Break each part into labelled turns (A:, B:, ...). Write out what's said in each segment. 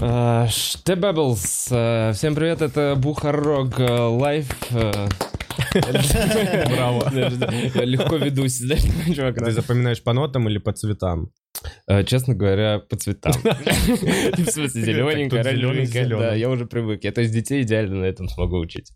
A: А, Штебеблс, а, всем привет, это Бухарог а, Лайф. а.
B: Браво.
A: Знаешь, да, Я легко ведусь, знаешь, такой чувак.
B: Ты запоминаешь по нотам или по цветам?
A: А, Честно говоря, по цветам. В смысле, зелененькая,
B: Так тут зелёный
A: оранжевенькая,
B: с зелёным.
A: Да, я уже привык. Я, то есть, детей идеально на этом смогу учить.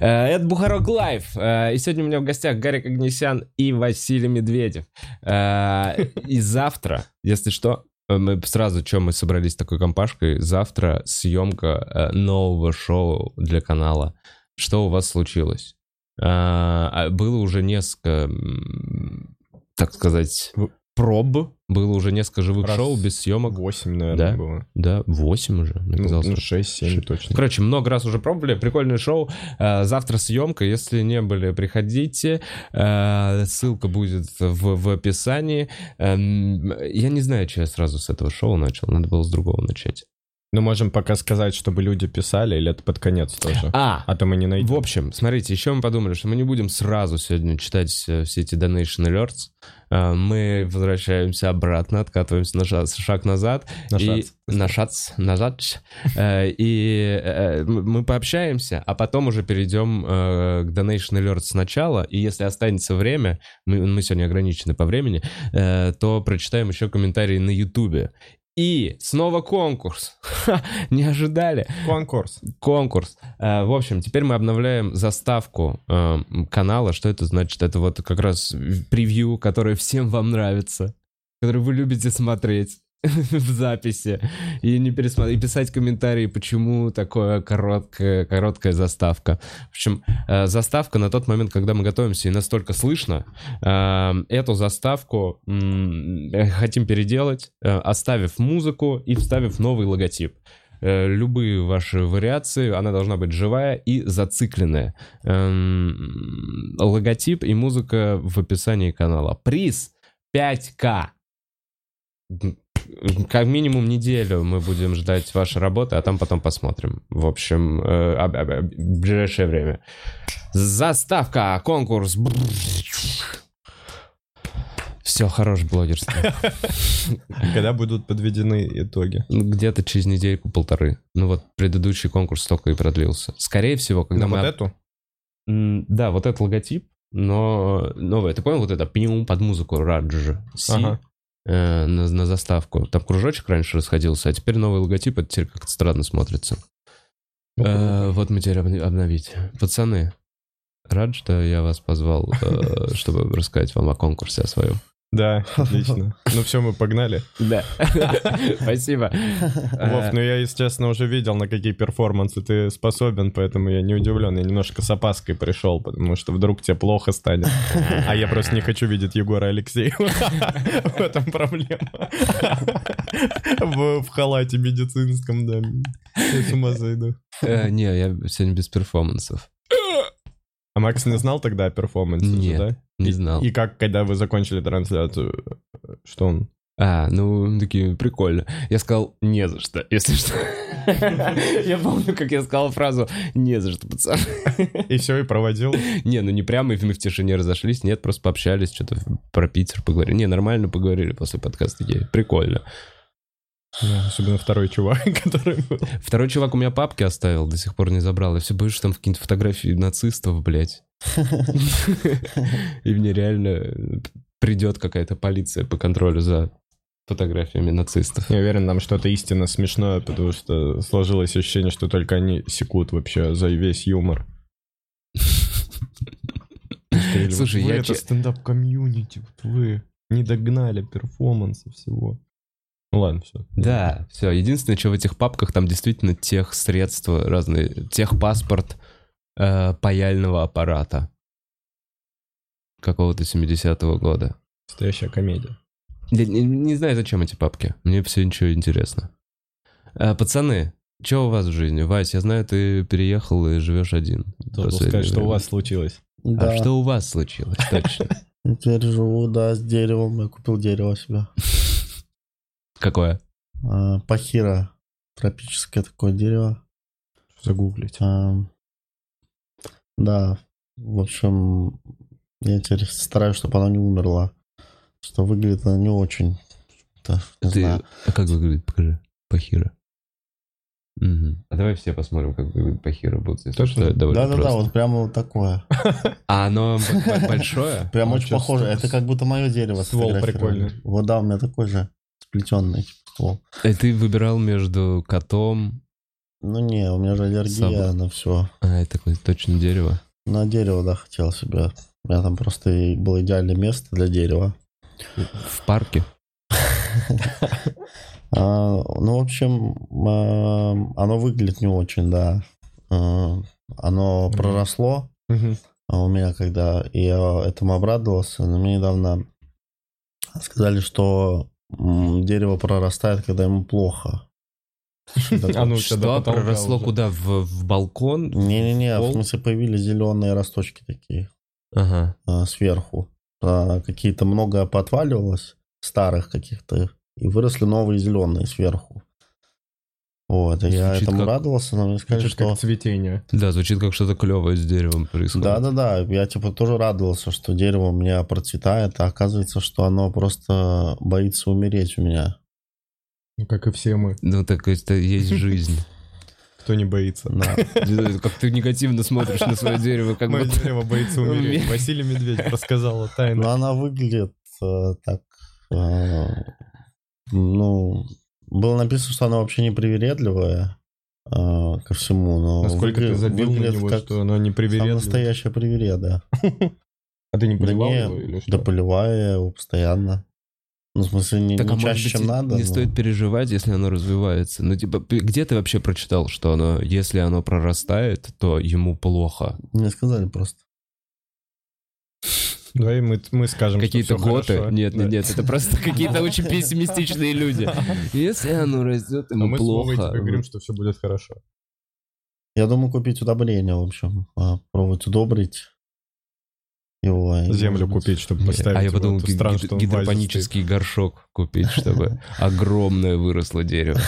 A: Э, Это Бухарок Лайф. Э, И сегодня у меня в гостях Гарик Агнесян и Василий Медведев. Э, И завтра, если что, э, мы сразу, что мы собрались такой компашкой, завтра съемка э, нового шоу для канала. Что у вас случилось? А, а Было уже несколько, м, так сказать,
B: В-
A: проб. Было уже несколько живых
B: Раз
A: шоу без съемок.
B: Восемь, наверное,
A: Да.
B: было.
A: Да, 8 уже. мне
B: Ну,
A: казалось,
B: ну,
A: что-
B: шесть, семь точно.
A: Короче, много раз уже пробовали. Прикольное шоу. Э, Завтра съемка. Если не были, приходите. Э, Ссылка будет в, в описании. Эм, Я не знаю, что я сразу с этого шоу начал. Надо было с другого начать.
B: Ну, можем пока сказать, чтобы люди писали, или это под конец тоже?
A: А,
B: А то мы не
A: В
B: найдем.
A: общем, смотрите, еще мы подумали, что мы не будем сразу сегодня читать э, все эти donation alerts. Э, Мы возвращаемся обратно, откатываемся на ша- шаг назад.
B: На
A: и-
B: шац.
A: на шац, назад. Э, И э, мы мы пообщаемся, а потом уже перейдем э, к donation alert сначала. И если останется время, мы, мы сегодня ограничены по времени, э, то прочитаем еще комментарии на ютубе. И снова конкурс. Ха, Не ожидали
B: Конкурс.
A: конкурс. Э, В общем, теперь мы обновляем заставку э, канала. Что это значит? Это вот как раз превью, которое всем вам нравится, которое вы любите смотреть в записи и не пересматривать, и писать комментарии, почему такое короткая, короткая заставка. В общем, э, заставка на тот момент, когда мы готовимся, и настолько слышно, э, эту заставку м, э, хотим переделать, э, оставив музыку и вставив новый логотип э, любые ваши вариации, она должна быть живая и зацикленная. Эм, логотип и музыка в описании канала. Приз 5К. Как минимум неделю мы будем ждать вашей работы, а там потом посмотрим. В общем, э, об- об- об- в ближайшее время. Заставка, конкурс. Все, хорош блогерство.
B: Когда будут подведены итоги?
A: Ну, Где-то через недельку-полторы. Ну вот предыдущий конкурс только и продлился. Скорее всего, когда
B: На
A: мы...
B: Ну, вот
A: об-
B: эту?
A: М, Да, вот этот логотип, но новое. Ты понял, вот это пню под музыку Радж Си
B: Ага.
A: э, на, на заставку. Там кружочек раньше расходился, а теперь новый логотип, это теперь как-то странно смотрится.
B: Ну,
A: Э, вот мы теперь обн- обновить. Пацаны, рад, что я вас позвал, э, чтобы рассказать вам о конкурсе о своем.
B: Да, отлично. Ну все, мы погнали.
A: Да. Спасибо. Э,
B: Вов, ну я, естественно, уже видел, на какие перформансы ты способен, поэтому я не удивлен. Я немножко с опаской пришел, потому что вдруг тебе плохо станет. А я просто не хочу видеть Егора Алексеева. В этом проблема. В в халате медицинском, да. Я с ума зайду.
A: Э, Не, я сегодня без перформансов.
B: А Макс не знал тогда о перформансе же,
A: Нет,
B: да?
A: Не
B: И-
A: знал.
B: И как, когда вы закончили трансляцию, э, что он?
A: А, ну, мы такие, прикольно. Я сказал, не за что, если что. Я помню, как я сказал фразу «не за что, пацан».
B: И все, и проводил.
A: Не, ну не прямо, и мы в тишине разошлись, нет, просто пообщались, что-то про Питер поговорили. Не, нормально поговорили после подкаста, такие, прикольно.
B: Да, Особенно второй чувак, который был.
A: Второй чувак у меня папки оставил, до сих пор не забрал. Я все боюсь, что там какие-то фотографии нацистов, блядь. И мне реально придет какая-то полиция по контролю за фотографиями нацистов.
B: Я уверен, там что-то истинно смешное, потому что сложилось ощущение, что только они секут вообще за весь юмор.
A: Слушай,
B: Вы
A: я
B: это
A: че-
B: стендап-комьюнити, вот вы не догнали перформанса всего. Ну ладно, все.
A: Да, все. Единственное, что в этих папках там действительно тех средства разные, техпаспорт э, паяльного аппарата какого-то 70-го года.
B: Настоящая комедия.
A: Я не, не знаю, зачем эти папки. Мне все ничего интересно. Э, пацаны, что у вас в жизни? Вась, я знаю, ты переехал и живешь один. последнее
B: Сказать, что у
A: время.
B: вас случилось.
A: А
C: Да,
A: что у вас случилось? Точно.
C: теперь живу, да, с деревом. Я купил дерево себе.
A: Какое?
C: А, Пахира. Тропическое такое дерево.
B: Загуглить.
C: Ам, Да, в общем, я теперь стараюсь, чтобы оно не умерло. Что выглядит оно не очень. Да, не
A: Ты-
C: знаю.
A: А как выглядит? Покажи. Пахира. Мгм. А давай все посмотрим, как выглядит Бахира будут. если
B: Точно?
A: что, это довольно
C: Да-да-да,
A: просто.
C: вот прямо вот такое.
A: А оно б- большое?
C: Прям
B: Ну,
C: очень
B: чё,
C: похоже.
B: ствол-
C: Это как будто мое дерево
B: ствол
C: сфотографировали.
B: прикольный.
C: Вот да, у меня такой же сплетенный типа, ствол.
A: И Э, ты выбирал между котом...
C: Ну не, у меня же аллергия
A: Сам-
C: на все.
A: А, это такое точно дерево.
C: На дерево, да, хотел себе. У меня там просто и было идеальное место для дерева.
A: В парке.
C: А, ну, в общем, эм, оно выглядит не очень, да. Э, Оно проросло
B: Мгм.
C: а у меня, когда и я этому обрадовался, но мне недавно сказали, что м, дерево прорастает, когда ему плохо.
B: А ну, у тебя до
A: Что?
B: потолка
A: Проросло
B: уже.
A: куда? В, в балкон?
C: Не-не-не, а в
A: Пол?
C: смысле появились зеленые росточки такие
A: Ага.
C: а, сверху. А, Какие-то много поотваливалось, старых каких-то, и выросли новые зеленые сверху. Вот, и я
A: Звучит
C: этому
A: как-
C: радовался, но мне сказали,
B: Звучит
C: что...
B: как цветение.
A: Да, звучит как что-то клевое с деревом происходит.
C: Да-да-да, я типа тоже радовался, что дерево у меня процветает, а оказывается, что оно просто боится умереть у меня.
B: Ну, как и все мы.
A: Ну, так это есть жизнь.
B: Кто не боится.
C: Да.
A: Как ты негативно смотришь на свое дерево, как
B: Мое
A: будто-
B: дерево боится умереть.
A: Умереть.
B: Василий Медведь рассказал
C: Но
B: тайну.
C: ну, она выглядит э, так... э, ну, было написано, что она вообще не привередливая э, ко всему, но
B: Насколько ты
C: А выгля-
B: забил на
C: выглядит
B: него,
C: как
B: что оно не
C: сам
B: привередливо.
C: настоящая привереда.
B: А ты не
C: Да
B: поливал
C: не,
B: его или
C: Да
B: что?
C: поливаю я его постоянно. Ну, в смысле, не,
A: Так,
C: не
A: а может
C: чаще,
A: быть,
C: чем
A: и
C: надо.
A: не
C: но-
A: стоит переживать, если оно развивается. Ну, типа, п- где ты вообще прочитал, что оно, если оно прорастает, то ему плохо?
C: Мне сказали просто.
B: Да, и мы, мы скажем,
A: какие-то
B: что всё
A: готы?
B: хорошо.
A: Нет,
B: Да.
A: нет, нет, это просто какие-то очень пессимистичные люди. Если оно растет,
B: А
A: ему
B: мы с Вовой
A: плохо. ну,
B: тебе говорим, что все будет хорошо.
C: Я думаю купить удобрение, в общем. а, Пробовать удобрить его. и,
B: Землю
C: может быть,
B: купить, чтобы
A: Не,
B: поставить.
A: а я
B: его.
A: подумал,
B: Это
A: гид-
B: странно,
A: гид-
B: что он в вазе
A: гидропонический горшок купить, чтобы огромное выросло дерево.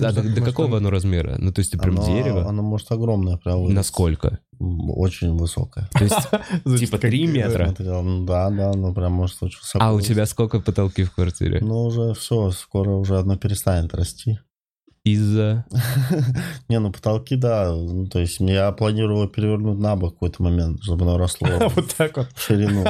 A: А до- до
B: Может,
A: какого
B: там-
A: оно размера? Ну, то есть ты прям
C: оно-
A: дерево?
C: Оно может огромное прям. вырасти.
A: Насколько?
C: М, Очень высокое.
A: То есть
B: стоит. Значит,
A: Типа
B: как-
A: три метра. Петра.
C: Смотрел, ну Да, да, ну прям может очень высоко.
A: А у
C: вырасти.
A: тебя сколько потолки в квартире?
C: Ну уже все, скоро уже одно перестанет расти.
A: Из-за...
C: Не, ну потолки, да. ну, То есть я планировал его перевернуть на бок в какой-то момент, чтобы оно росло
B: да. Вот так вот.
C: в ширину.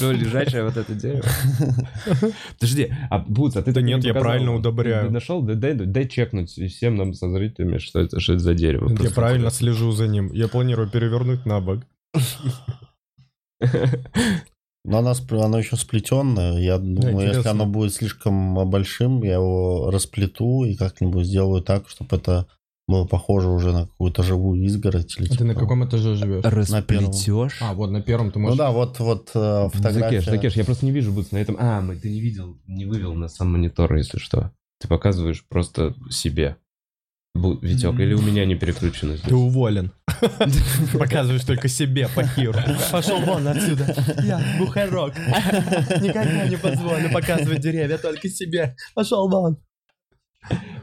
A: Ну, лежачее вот это дерево. Подожди, а Буц, а ты
B: Да
A: так и
B: нет, я
A: показал.
B: правильно
A: Ты
B: удобряю.
A: Нашел? Да- Дай, дай чекнуть и всем нам со зрителями, что это, что это за дерево.
B: Я
A: Просто
B: правильно слежу за ним. Я планирую перевернуть на бок.
A: интересно.
C: Но оно, спл- оно еще сплетенное. Я думаю, если
B: интересно.
C: оно будет слишком а, большим, я его расплету и как-нибудь сделаю так, чтобы это было похоже уже на какую-то живую изгородь. Или,
B: А ты
C: типа
B: на
C: того.
B: каком этаже живешь?
A: Расплетешь?
B: А, вот на первом ты
C: Ну
B: можешь...
C: да, вот, вот э, фотография.
A: Закеш, Закеш, я просто не вижу Буц на этом. А, мы, ты не видел, не вывел на сам монитор, если что. Ты показываешь просто себе. Бу- Витек, или у меня не переключено
B: Ты
A: здесь?
B: уволен. Показываешь только себе, Пахир. Пошел вон отсюда. Я бухарок. Никогда не позволю показывать деревья только себе. Пошел вон.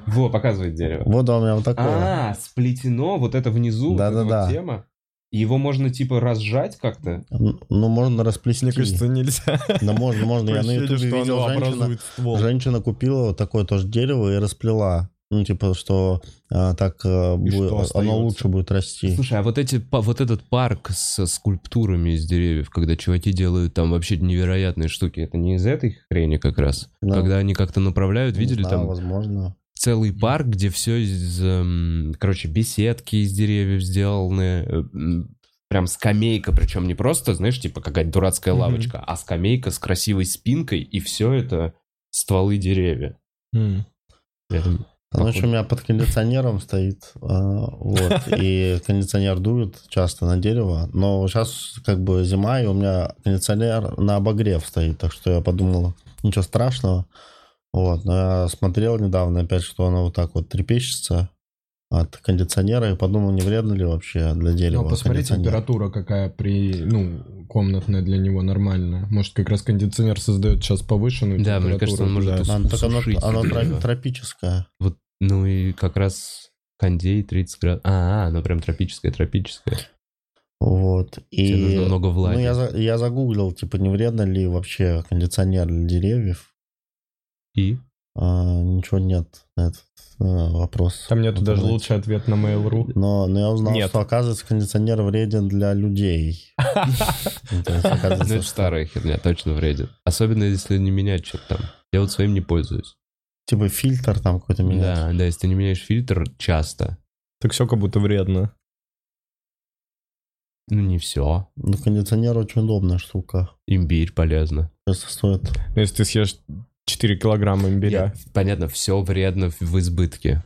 A: Во, показывает дерево.
C: Вот да, у меня вот такое.
A: А, сплетено, вот это внизу, вот эта
C: Да-да-да.
A: вот тема. Его можно типа разжать как-то.
C: Н- Ну, можно расплести.
B: Мне кажется, нельзя.
C: Да можно, можно. Я на
B: Ощущение,
C: ютубе
B: что
C: видел
B: оно
C: женщина,
B: образует ствол.
C: женщина купила вот такое тоже дерево и расплела. Ну, типа, что э, так э, будет-
B: что остается?
C: оно лучше будет расти.
A: Слушай, а вот эти, па- вот этот парк со скульптурами из деревьев, когда чуваки делают там вообще невероятные штуки, это не из этой хрени как раз?
C: Да.
A: Когда они как-то направляют,
C: Не
A: видели
C: знаю,
A: там
C: возможно.
A: целый парк, где все из, эм, короче, беседки из деревьев сделаны, э, м, прям скамейка, причем не просто, знаешь, типа какая-то дурацкая
B: Мгм.
A: лавочка, а скамейка с красивой спинкой, и все это стволы деревья.
D: Хм.
B: М.
A: Это
C: Оно
A: Походу.
C: еще Ну, у меня под кондиционером стоит, а, вот, и кондиционер дует часто на дерево, но сейчас как бы зима, и у меня кондиционер на обогрев стоит, так что я подумал, ничего страшного, вот, но я смотрел недавно опять, что оно вот так вот трепещется от кондиционера, и подумал, не вредно ли вообще для дерева
D: Ну, посмотри,
C: кондиционер.
D: температура какая при, ну, комнатная для него нормальная. Может, как раз кондиционер создает сейчас повышенную
A: Да, мне
D: температуру.
A: кажется, он может
D: да.
A: ус-
C: Оно, так оно,
A: Сушить
C: оно
A: это
C: тро-
A: дерево.
C: тропическое.
A: Ну и как раз кондей 30 градусов. А, ну прям тропическое, тропическое.
C: Вот. И,
A: Тебе нужно много влаги.
C: Ну, я, за- я загуглил, типа, не вредно ли вообще кондиционер для деревьев.
A: И?
C: а, ничего нет на этот а, вопрос.
D: Там нету
C: Вот,
D: даже
C: знаете.
D: лучший ответ на Mail.ru.
C: Но, но я узнал,
B: Нет.
C: что, оказывается, кондиционер вреден для людей. Ну, то есть,
A: Ну,
C: оказывается,
A: это
C: что-
A: старая херня, точно вредит. Особенно, если не менять что-то там. Я вот своим не пользуюсь.
C: Типа фильтр там какой-то меняется.
A: Да, да, если ты не меняешь фильтр часто,
B: Так все как будто вредно.
A: ну не все.
C: Но кондиционер очень удобная штука.
A: Имбирь полезно.
C: Просто стоит...
B: Ну, Если ты съешь 4 килограмма имбиря.
A: Нет, понятно, все вредно в- в избытке.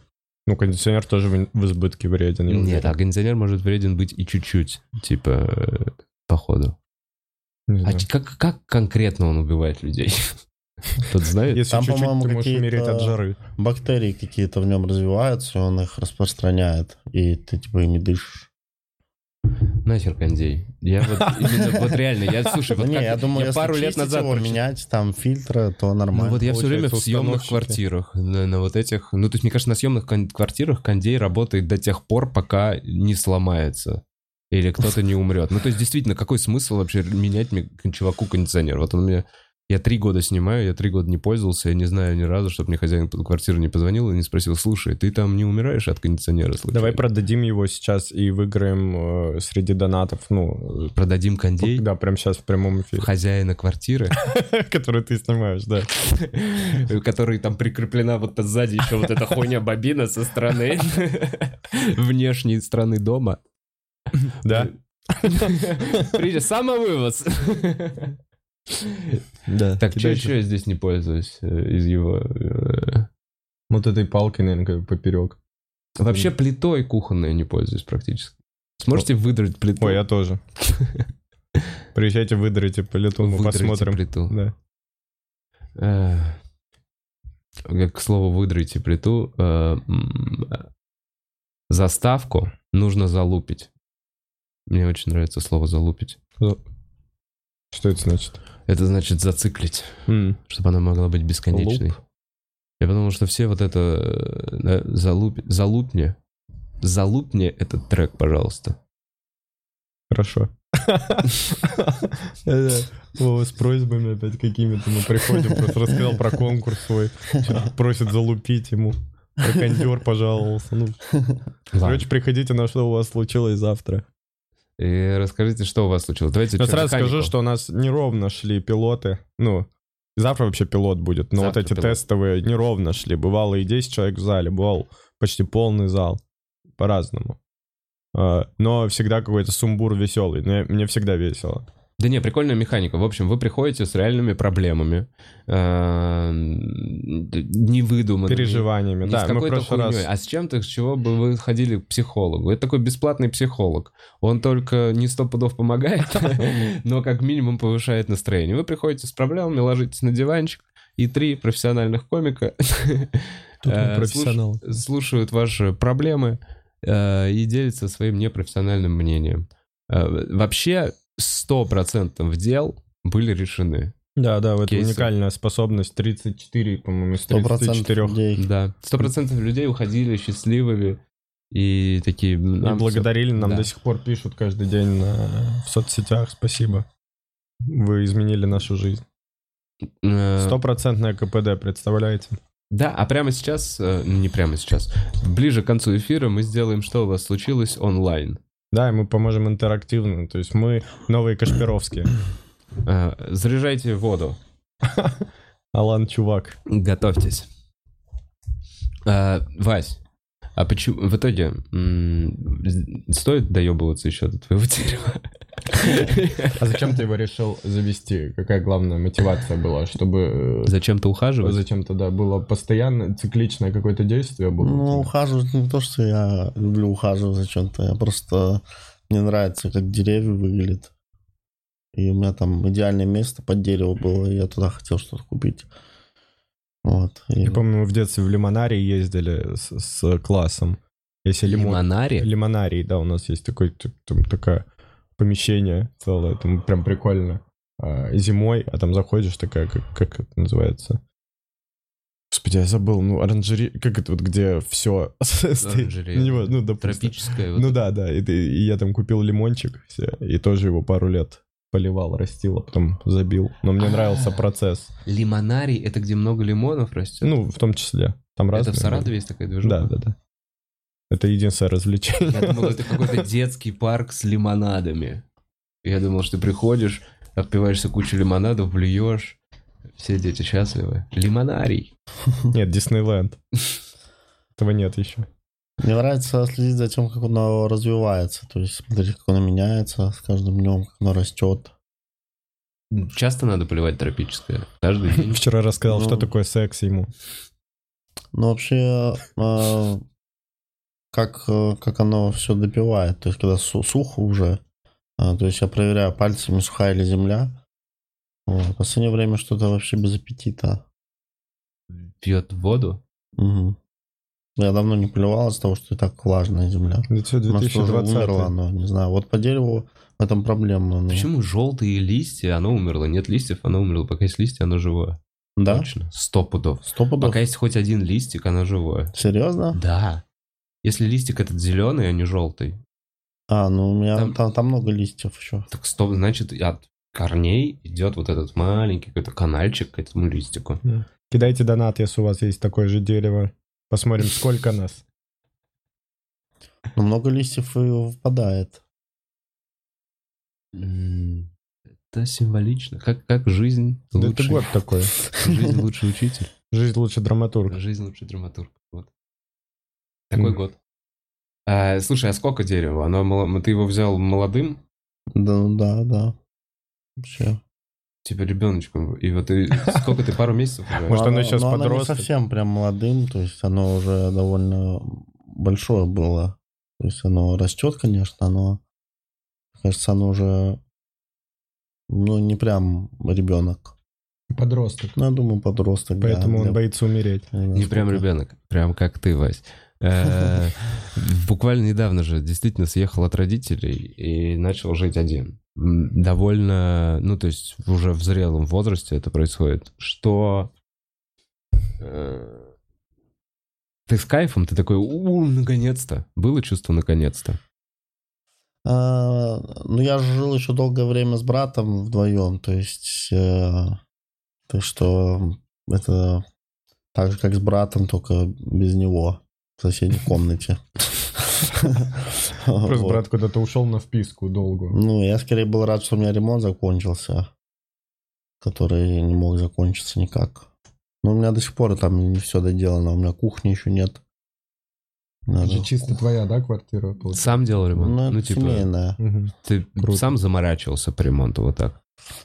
B: Ну, кондиционер тоже в в избытке вреден. я
A: Нет,
B: уверен.
A: а кондиционер может вреден быть и чуть-чуть, типа, э, походу.
B: Не
A: А
B: знаю.
A: ч- как, как конкретно он убивает людей? Тот знает?
B: Если
C: Там,
B: чуть-чуть,
C: по-моему,
B: ты можешь
C: какие-то-
B: умереть от жары.
C: Бактерии какие-то в нем развиваются, и он их распространяет. И ты типа ими дышишь.
A: Нахер кондей. Я вот, именно- вот реально, я, слушай, вот
C: Ну, не,
A: как-
C: я думаю, если
A: пару лет
C: чистить
A: назад...
C: его,
A: прочитал.
C: менять там фильтры, то
A: Ну,
C: нормально.
A: вот я все время в
B: Получается,
A: съемных
B: установщики.
A: квартирах, на, на вот этих... Ну, то есть, мне кажется, на съемных кон- квартирах кондей работает до тех пор, пока не сломается. Или кто-то не умрет. Ну, то есть, действительно, какой смысл вообще менять мне, к- чуваку кондиционер? Вот он мне... Я три года снимаю, я три года не пользовался, я не знаю ни разу, чтобы мне хозяин квартиры не позвонил и не спросил, слушай, ты там не умираешь от кондиционера? случайно?»
B: Давай продадим его сейчас и выиграем э, среди донатов. Ну,
A: продадим
B: э,
A: кондей
B: да, прямо сейчас в прямом эфире.
A: хозяина квартиры,
B: Который ты снимаешь, да.
A: который там прикреплена вот сзади еще вот эта хуйня бобина со стороны, внешней стороны дома.
B: Да.
A: Прежде самовывоз.
B: Да.
A: Так, что еще я здесь не пользуюсь э, из его... э,
D: Вот этой палкой, наверное, поперек.
A: Вообще плитой кухонной не пользуюсь практически. Сможете выдрать плиту?
B: Ой, я тоже. Приезжайте, выдрайте по лету, мы
A: Выдрайте
B: посмотрим.
A: плиту.
B: Да.
A: Э, Как к слову, выдрайте плиту. э, м, э, Заставку нужно залупить. Мне очень нравится слово залупить.
B: Что это значит?
A: Это значит зациклить.
B: М.
A: чтобы она могла быть бесконечной.
B: Луп.
A: Я подумал, что все вот это э, да, залуп, залупни. Залупни этот трек, пожалуйста.
B: Хорошо. Да-да. Вова с просьбами опять какими-то мы приходим. Просто рассказал про конкурс свой. Что-то Просит залупить ему. Про кондер пожаловался. Ну,
A: Ладно.
B: короче, приходите на что у вас случилось завтра.
A: И расскажите, что у вас случилось. Давайте чё,
B: Я Ну, сразу
A: механику?
B: скажу, что у нас неровно шли пилоты. Ну, завтра вообще пилот будет. Но
A: Завтра
B: вот эти
A: пилот.
B: тестовые неровно шли. Бывало и 10 человек в зале, бывал почти полный зал. По-разному. А, Но всегда какой-то сумбур веселый. Мне, мне всегда весело.
A: Да не, прикольная механика. В общем, вы приходите с реальными проблемами. э, Невыдуманными.
B: Переживаниями.
A: Не
B: да,
A: с
B: мы в
A: какой-то
B: прошлый раз...
A: хуйней, а с чем-то, с чего бы вы ходили к психологу. Это такой бесплатный психолог. Он только не сто пудов помогает, но как минимум повышает настроение. Вы приходите с проблемами, ложитесь на диванчик, и три профессиональных комика
B: Тут мы
A: э,
B: профессионалы.
A: слуш- слушают ваши проблемы э, и делятся своим непрофессиональным мнением. Э, Вообще, 100% дел были решены.
B: Да, да, вот
A: Кейсы.
B: уникальная способность 34, по-моему, из
C: 100%
B: 34.
C: людей.
A: Да. 100% людей уходили счастливыми и такие...
B: И
A: «Нам всё
B: благодарили, нам
A: да.
B: до сих пор пишут каждый день на- в соцсетях. Спасибо. Вы изменили нашу жизнь.
A: Э,
B: Стопроцентное КПД, представляете?
A: Да, а прямо сейчас, э, не прямо сейчас, ближе к концу эфира мы сделаем, что у вас случилось онлайн.
B: Да, и мы поможем интерактивно. То есть мы новые Кашпировские.
A: Э, Заряжайте воду,
B: Алан Чувак.
A: готовьтесь. Э, Вась, а почему в итоге м, с- стоит доебываться еще до твоего дерева?
D: А зачем ты его решил завести? Какая главная мотивация была? Чтобы э,
A: Зачем-то ухаживать?
D: зачем-то, да, было постоянно цикличное какое-то действие было?
C: Ну, ухаживать не то, что я люблю ухаживать за чем-то. Я просто... Мне нравится, как деревья выглядят. И у меня там идеальное место под дерево было, и я туда хотел что-то купить. Вот. И-
B: Я помню, мы в детстве в Лимонарий ездили с, с классом. Если лимон...
A: Лимонари?
B: Лимонарий, да, у нас есть такой, т- там такое помещение целое, там прям прикольно. А, Зимой, а там заходишь такая, как, как это называется? Господи, я забыл, ну, оранжери... Как это вот, где все стоит?
A: Оранжерея.
B: Ну, не важно, ну, допустим.
A: Тропическое. вот
B: Ну да, да, и, ты- и я там купил лимончик, всё, и тоже его пару лет поливал, растил, а потом забил. Но мне
A: А.
B: нравился процесс.
A: Лимонарий — Ну, это где много лимонов растет?
B: Ну, в том числе. Там
A: это
B: разные.
A: в Саратове есть такая движуха?
B: Да, да, да. Это единственное развлечение.
A: Я думал, это какой-то детский парк с лимонадами. Я думал, что ты приходишь, отпиваешься кучу лимонадов, блюешь. Все дети счастливы. Лимонарий.
B: Нет, Диснейленд. Этого нет еще.
C: Мне нравится следить за тем, как оно развивается. То есть смотреть, как оно меняется с каждым днем, как оно растет.
A: Часто надо поливать тропическое. Каждый день.
B: Вчера рассказал,
C: Ну.
B: что такое секс ему.
C: Но Ну, вообще, э, как, э, как оно все допивает. То есть когда су- сухо уже, э, то есть я проверяю пальцами, сухая или земля. Вот. В последнее время что-то вообще без аппетита.
A: Пьет воду.
C: Мгм. Я давно не поливал из-за того, что и так влажная земля.
B: Да все,
C: Может, уже умерло
B: 2020.
C: оно, не знаю. Вот по дереву в этом проблема. ну.
A: Почему желтые листья, оно умерло? Нет листьев, оно умерло. Пока есть листья, оно живое.
C: Да?
A: Точно. Сто пудов.
C: Сто пудов?
A: Пока есть хоть один листик, оно живое.
C: Серьезно?
A: Да. Если листик этот зеленый, а не желтый,
C: А, ну у меня
A: Там-
C: там, там много листьев еще.
A: так стоп, значит, и от корней идет вот этот маленький какой-то канальчик к этому листику.
B: Кидайте донат, если у вас есть такое же дерево. Посмотрим, сколько нас.
C: Но много листьев и выпадает.
A: М, Это символично. Как, как жизнь
B: Да
A: лучше.
B: это год такой.
A: Жизнь лучший учитель.
B: Жизнь лучше драматург.
A: Жизнь лучший драматург. Вот. Такой
B: М.
A: год. А, слушай, а сколько дерева? Оно, мало- ты его взял молодым,
C: Да, ну да, да. Вообще.
A: типа ребеночком, и вот ты, сколько ты, пару месяцев? уже?
B: Может,
C: Но
B: оно сейчас
C: но не
B: подросток?
C: совсем прям молодым, то есть оно уже довольно большое было. То есть оно растет, конечно, но кажется, оно уже ну не прям ребенок.
D: Подросток.
C: Ну, я думаю, подросток. да,
B: Поэтому он
C: для-
B: боится умереть.
A: А, Не прям ребенок, прям как ты, Вась. Э, Буквально недавно же действительно съехал от родителей и начал жить один. М, Довольно, ну то есть уже в зрелом возрасте это происходит, что э, ты с кайфом, ты такой, у, наконец-то. Было чувство наконец-то.
C: А, ну, я жил еще долгое время с братом вдвоем, то есть, э, так что это так же, как с братом, только без него в соседней комнате.
B: Просто
C: Ну, Вот.
B: брат куда-то ушел на вписку долгую.
C: Ну, я скорее был рад, что у меня ремонт закончился, который не мог закончиться никак. Но у меня до сих пор там не все доделано, у меня кухни еще нет.
D: Это
C: Надо-
D: же чисто твоя, да, квартира? получается?
A: Сам делал ремонт?
C: Ну,
A: Ну,
C: это
A: типа,
C: семейное.
B: Мгм.
A: ты
B: Круто.
A: сам заморачивался по ремонту вот так?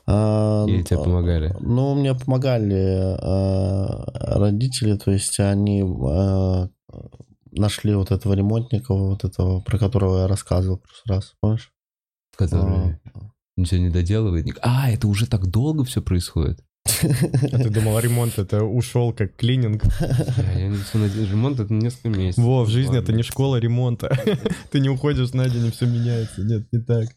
C: А,
A: Или тебе
C: а,
A: помогали?
C: Ну, мне помогали э, родители, то есть они э, нашли вот этого ремонтника, вот этого, про которого я рассказывал в прошлый раз, помнишь? А,
A: Который ничего не доделывает? ник- А, это уже так долго все происходит?
B: А ты думал, ремонт это ушел как клининг.
A: Я я не всё надеюсь, ремонт это несколько месяцев.
B: Во, в жизни это не
A: Ладно.
B: школа ремонта. Ты не уходишь на день, и все меняется. Нет, не так.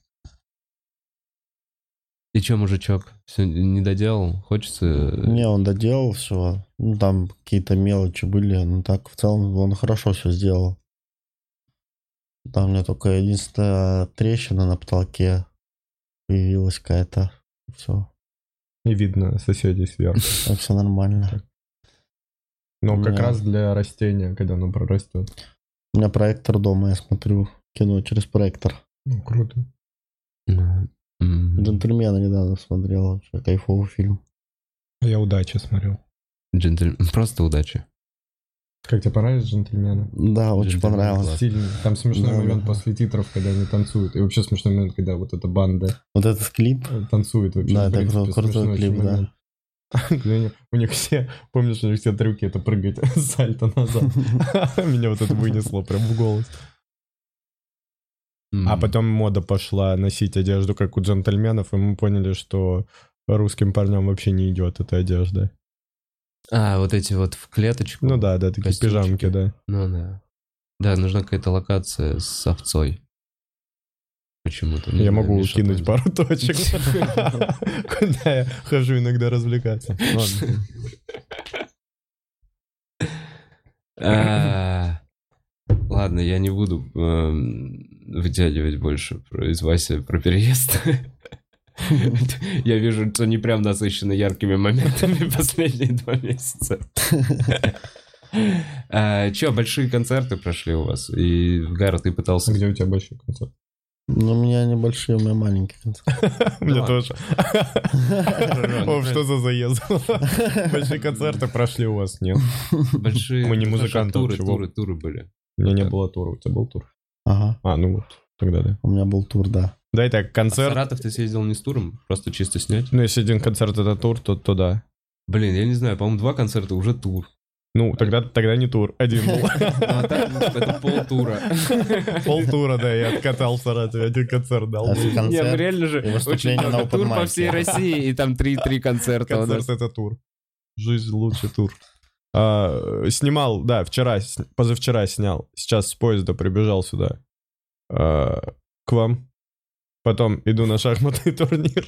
A: И че, мужичок, все не доделал? Хочется... э,
C: Не, он доделал все. Ну, там какие-то мелочи были, но так в целом он хорошо все сделал. Там у меня только единственная трещина на потолке появилась какая-то. Все.
B: Не видно соседей сверху.
C: Так все нормально.
B: Но как
C: Да.
B: раз для растения, когда оно прорастет.
C: У меня проектор дома, я смотрю кино через проектор.
D: Ну, круто.
A: М, м,
C: Джентльмена недавно смотрел, вообще кайфовый фильм.
B: Я удачи смотрел.
A: Джентль... Просто удачи.
D: Как тебе понравились джентльмены?
C: Да, очень
A: Джентльмен
C: понравилось.
A: класс.
D: Сильно. Там смешной
C: Да,
D: момент
C: да.
D: после титров, когда они танцуют. И вообще смешной момент, когда вот эта банда
C: Вот этот клип,
D: э, танцует вообще.
C: Да,
D: в
C: это
D: принципе,
C: кру- крутой
D: смешной очень
C: клип, да.
D: момент. Где они- У них все, помнишь, у них все трюки это прыгать сальто назад.
B: Меня вот это вынесло прям в голос.
A: М.
B: А потом мода пошла носить одежду, как у джентльменов, и мы поняли, что русским парням вообще не идет эта одежда.
A: А, вот эти вот в клеточку?
B: Ну да, да, такие
A: Костюмчики.
B: пижамки, да.
A: Ну да. Да, нужна какая-то локация с овцой. Почему-то. Не
B: Я
A: знаю,
B: могу
A: Миша
B: кинуть
A: понял.
B: пару точек, куда я хожу иногда развлекаться. Ладно.
A: А, Ладно, я не буду эм, вытягивать больше про- из Васи про переезд. Я вижу, что не прям насыщены яркими моментами последние два месяца. Че, большие концерты прошли у вас? И, Гара, ты пытался...
D: Где у тебя большой концерт?
C: Ну, у меня небольшие, у меня маленькие концерты.
B: Мне
A: Да.
B: тоже. О, что за заезд? Большие концерты прошли у вас, нет?
A: Большие...
B: Мы не
A: Саша,
B: музыканты,
A: Туры,
B: чувак.
A: туры, туры были.
B: У меня не было тура, у тебя был тур?
C: Ага,
B: А, ну вот, тогда да.
C: у меня был тур, да.
B: Да, так,
A: А в
B: концерт.
A: Саратов ты съездил не с туром, просто чисто снять?
B: Ну, если один концерт это тур, то, то да.
A: Блин, я не знаю, по-моему, два концерта уже тур.
B: Ну, тогда, тогда не тур, один был.
A: А так, ну, это полтура.
B: Полтура, да, я откатал в Саратове, один концерт дал.
C: Это
A: Не, ну
C: А концерт.
A: реально же
C: и выступление
A: очень
C: на
A: много. Тур
C: open
A: по
C: mic.
A: всей России, и там три-три концерта у нас.
B: Концерт это тур. Жизнь лучше тур. А, снимал, да, вчера, с- позавчера снял. Сейчас с поезда прибежал сюда. а, к вам. Потом иду на шахматный турнир.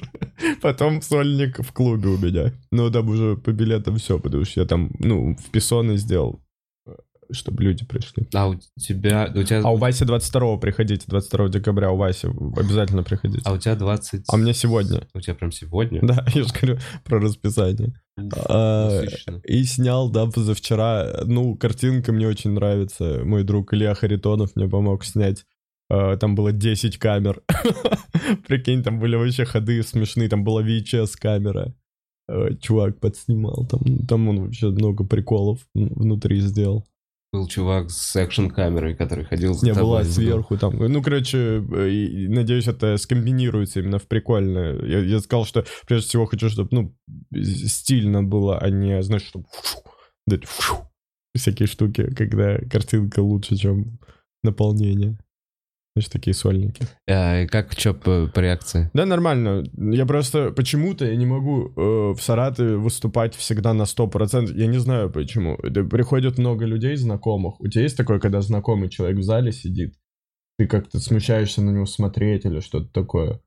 B: Потом сольник в клубе у меня. Ну, там уже по билетам все, потому что я там, ну, в писоны сделал, э, чтобы люди пришли.
A: А у тебя... У тебя...
B: А у Васи 22 приходите, 22 декабря у Васи обязательно приходите.
A: А у тебя 20...
B: А мне сегодня.
A: У тебя прям сегодня?
B: Да, я же говорю про расписание. А,
A: Насыщенно.
B: И снял, да, позавчера. Ну, картинка мне очень нравится. Мой друг Илья Харитонов мне помог снять. Э, Там было 10 камер. Прикинь, там были вообще ходы смешные. Там была VHS-камера. Э, Чувак подснимал. Там, там он вообще много приколов м, внутри сделал.
A: Был чувак с экшн-камерой, который ходил за
B: Не,
A: тобой.
B: была
A: из-
B: сверху там. Ну, короче, э, и- и надеюсь, это скомбинируется именно в прикольное. Я, я сказал, что прежде всего хочу, чтобы, ну, с- стильно было, а не, знаешь, чтобы... фу, да, фу, всякие штуки, когда картинка лучше, чем наполнение. Знаешь, такие сольники.
A: А, и как, чё по, по реакции?
B: Да, нормально. Я просто почему-то я не могу э, в Саратове выступать всегда на 100%. Я не знаю почему. Это приходит много людей, знакомых. У тебя есть такое, когда знакомый человек в зале сидит? Ты как-то смущаешься на него смотреть или что-то такое?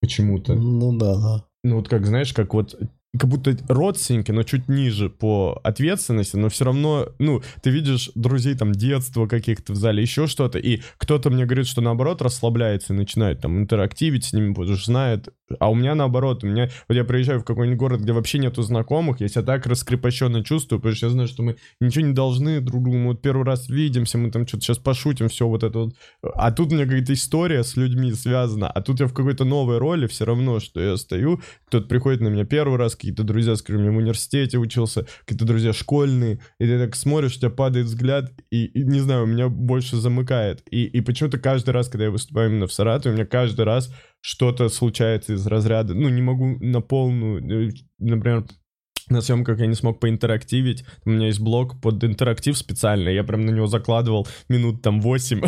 B: Почему-то.
C: Ну да, да.
B: Ну вот как, знаешь, как вот как будто родственники, но чуть ниже по ответственности, но все равно, ну, ты видишь друзей там детства каких-то в зале, еще что-то, и кто-то мне говорит, что наоборот расслабляется и начинает там интерактивить с ними, потому что знает, а у меня наоборот, у меня, вот я приезжаю в какой-нибудь город, где вообще нету знакомых, я себя так раскрепощенно чувствую, потому что я знаю, что мы ничего не должны друг другу, мы вот первый раз видимся, мы там что-то сейчас пошутим, все вот это вот. А тут у меня какая-то история с людьми связана, а тут я в какой-то новой роли все равно, что я стою, кто-то приходит на меня первый раз, какие-то друзья, скажем, я в университете учился, какие-то друзья школьные, и ты так смотришь, у тебя падает взгляд, и, и не знаю, у меня больше замыкает. И, и почему-то каждый раз, когда я выступаю именно в Саратове, у меня каждый раз что-то случается из разряда, ну, не могу на полную, э, например, на съемках я не смог поинтерактивить. У меня есть блок под интерактив специально. Я прям на него закладывал минут там 8.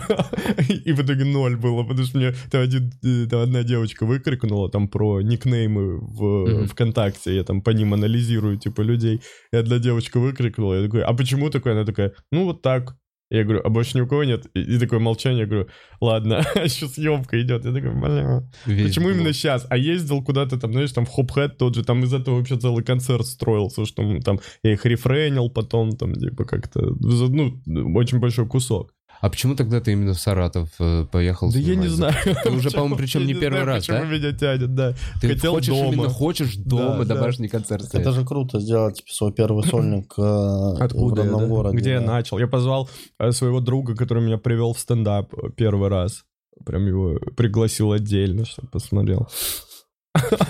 B: И в итоге ноль было, потому что мне там, один, э, там одна девочка выкрикнула там про никнеймы в э,
A: Мгм.
B: ВКонтакте. Я там по ним анализирую, типа, людей. И одна девочка выкрикнула. Я такой, а почему такое? Она такая, ну вот так. Я говорю, а больше ни у кого нет? И, и такое молчание, я говорю, ладно, а еще съемка идет. Я такой, бля.
A: Весь
B: Почему
A: блок.
B: именно сейчас? А ездил куда-то там, знаешь, там в Хопхэт тот же, там из этого вообще целый концерт строился, что мы там я их рефренил потом, там типа как-то, за- ну, очень большой кусок.
A: А почему тогда ты именно в Саратов э, поехал
B: да я не
A: снимать?
B: знаю.
A: Ты уже, по-моему, причем
B: Почему? Я
A: не первый
B: знаю,
A: раз,
B: почему
A: да?
B: меня тянет, да.
A: Ты
B: Хотел
A: хочешь
B: дома.
A: именно хочешь дома
B: да.
A: домашний концерт
C: Это
A: ставить?
C: же круто сделать типа, свой первый сольник э, в
B: я,
C: родном
B: да?
C: городе.
B: Где я
C: да.
B: начал? Я позвал э, своего друга, который меня привел в стендап э, первый раз. Прям его пригласил отдельно, чтобы посмотрел.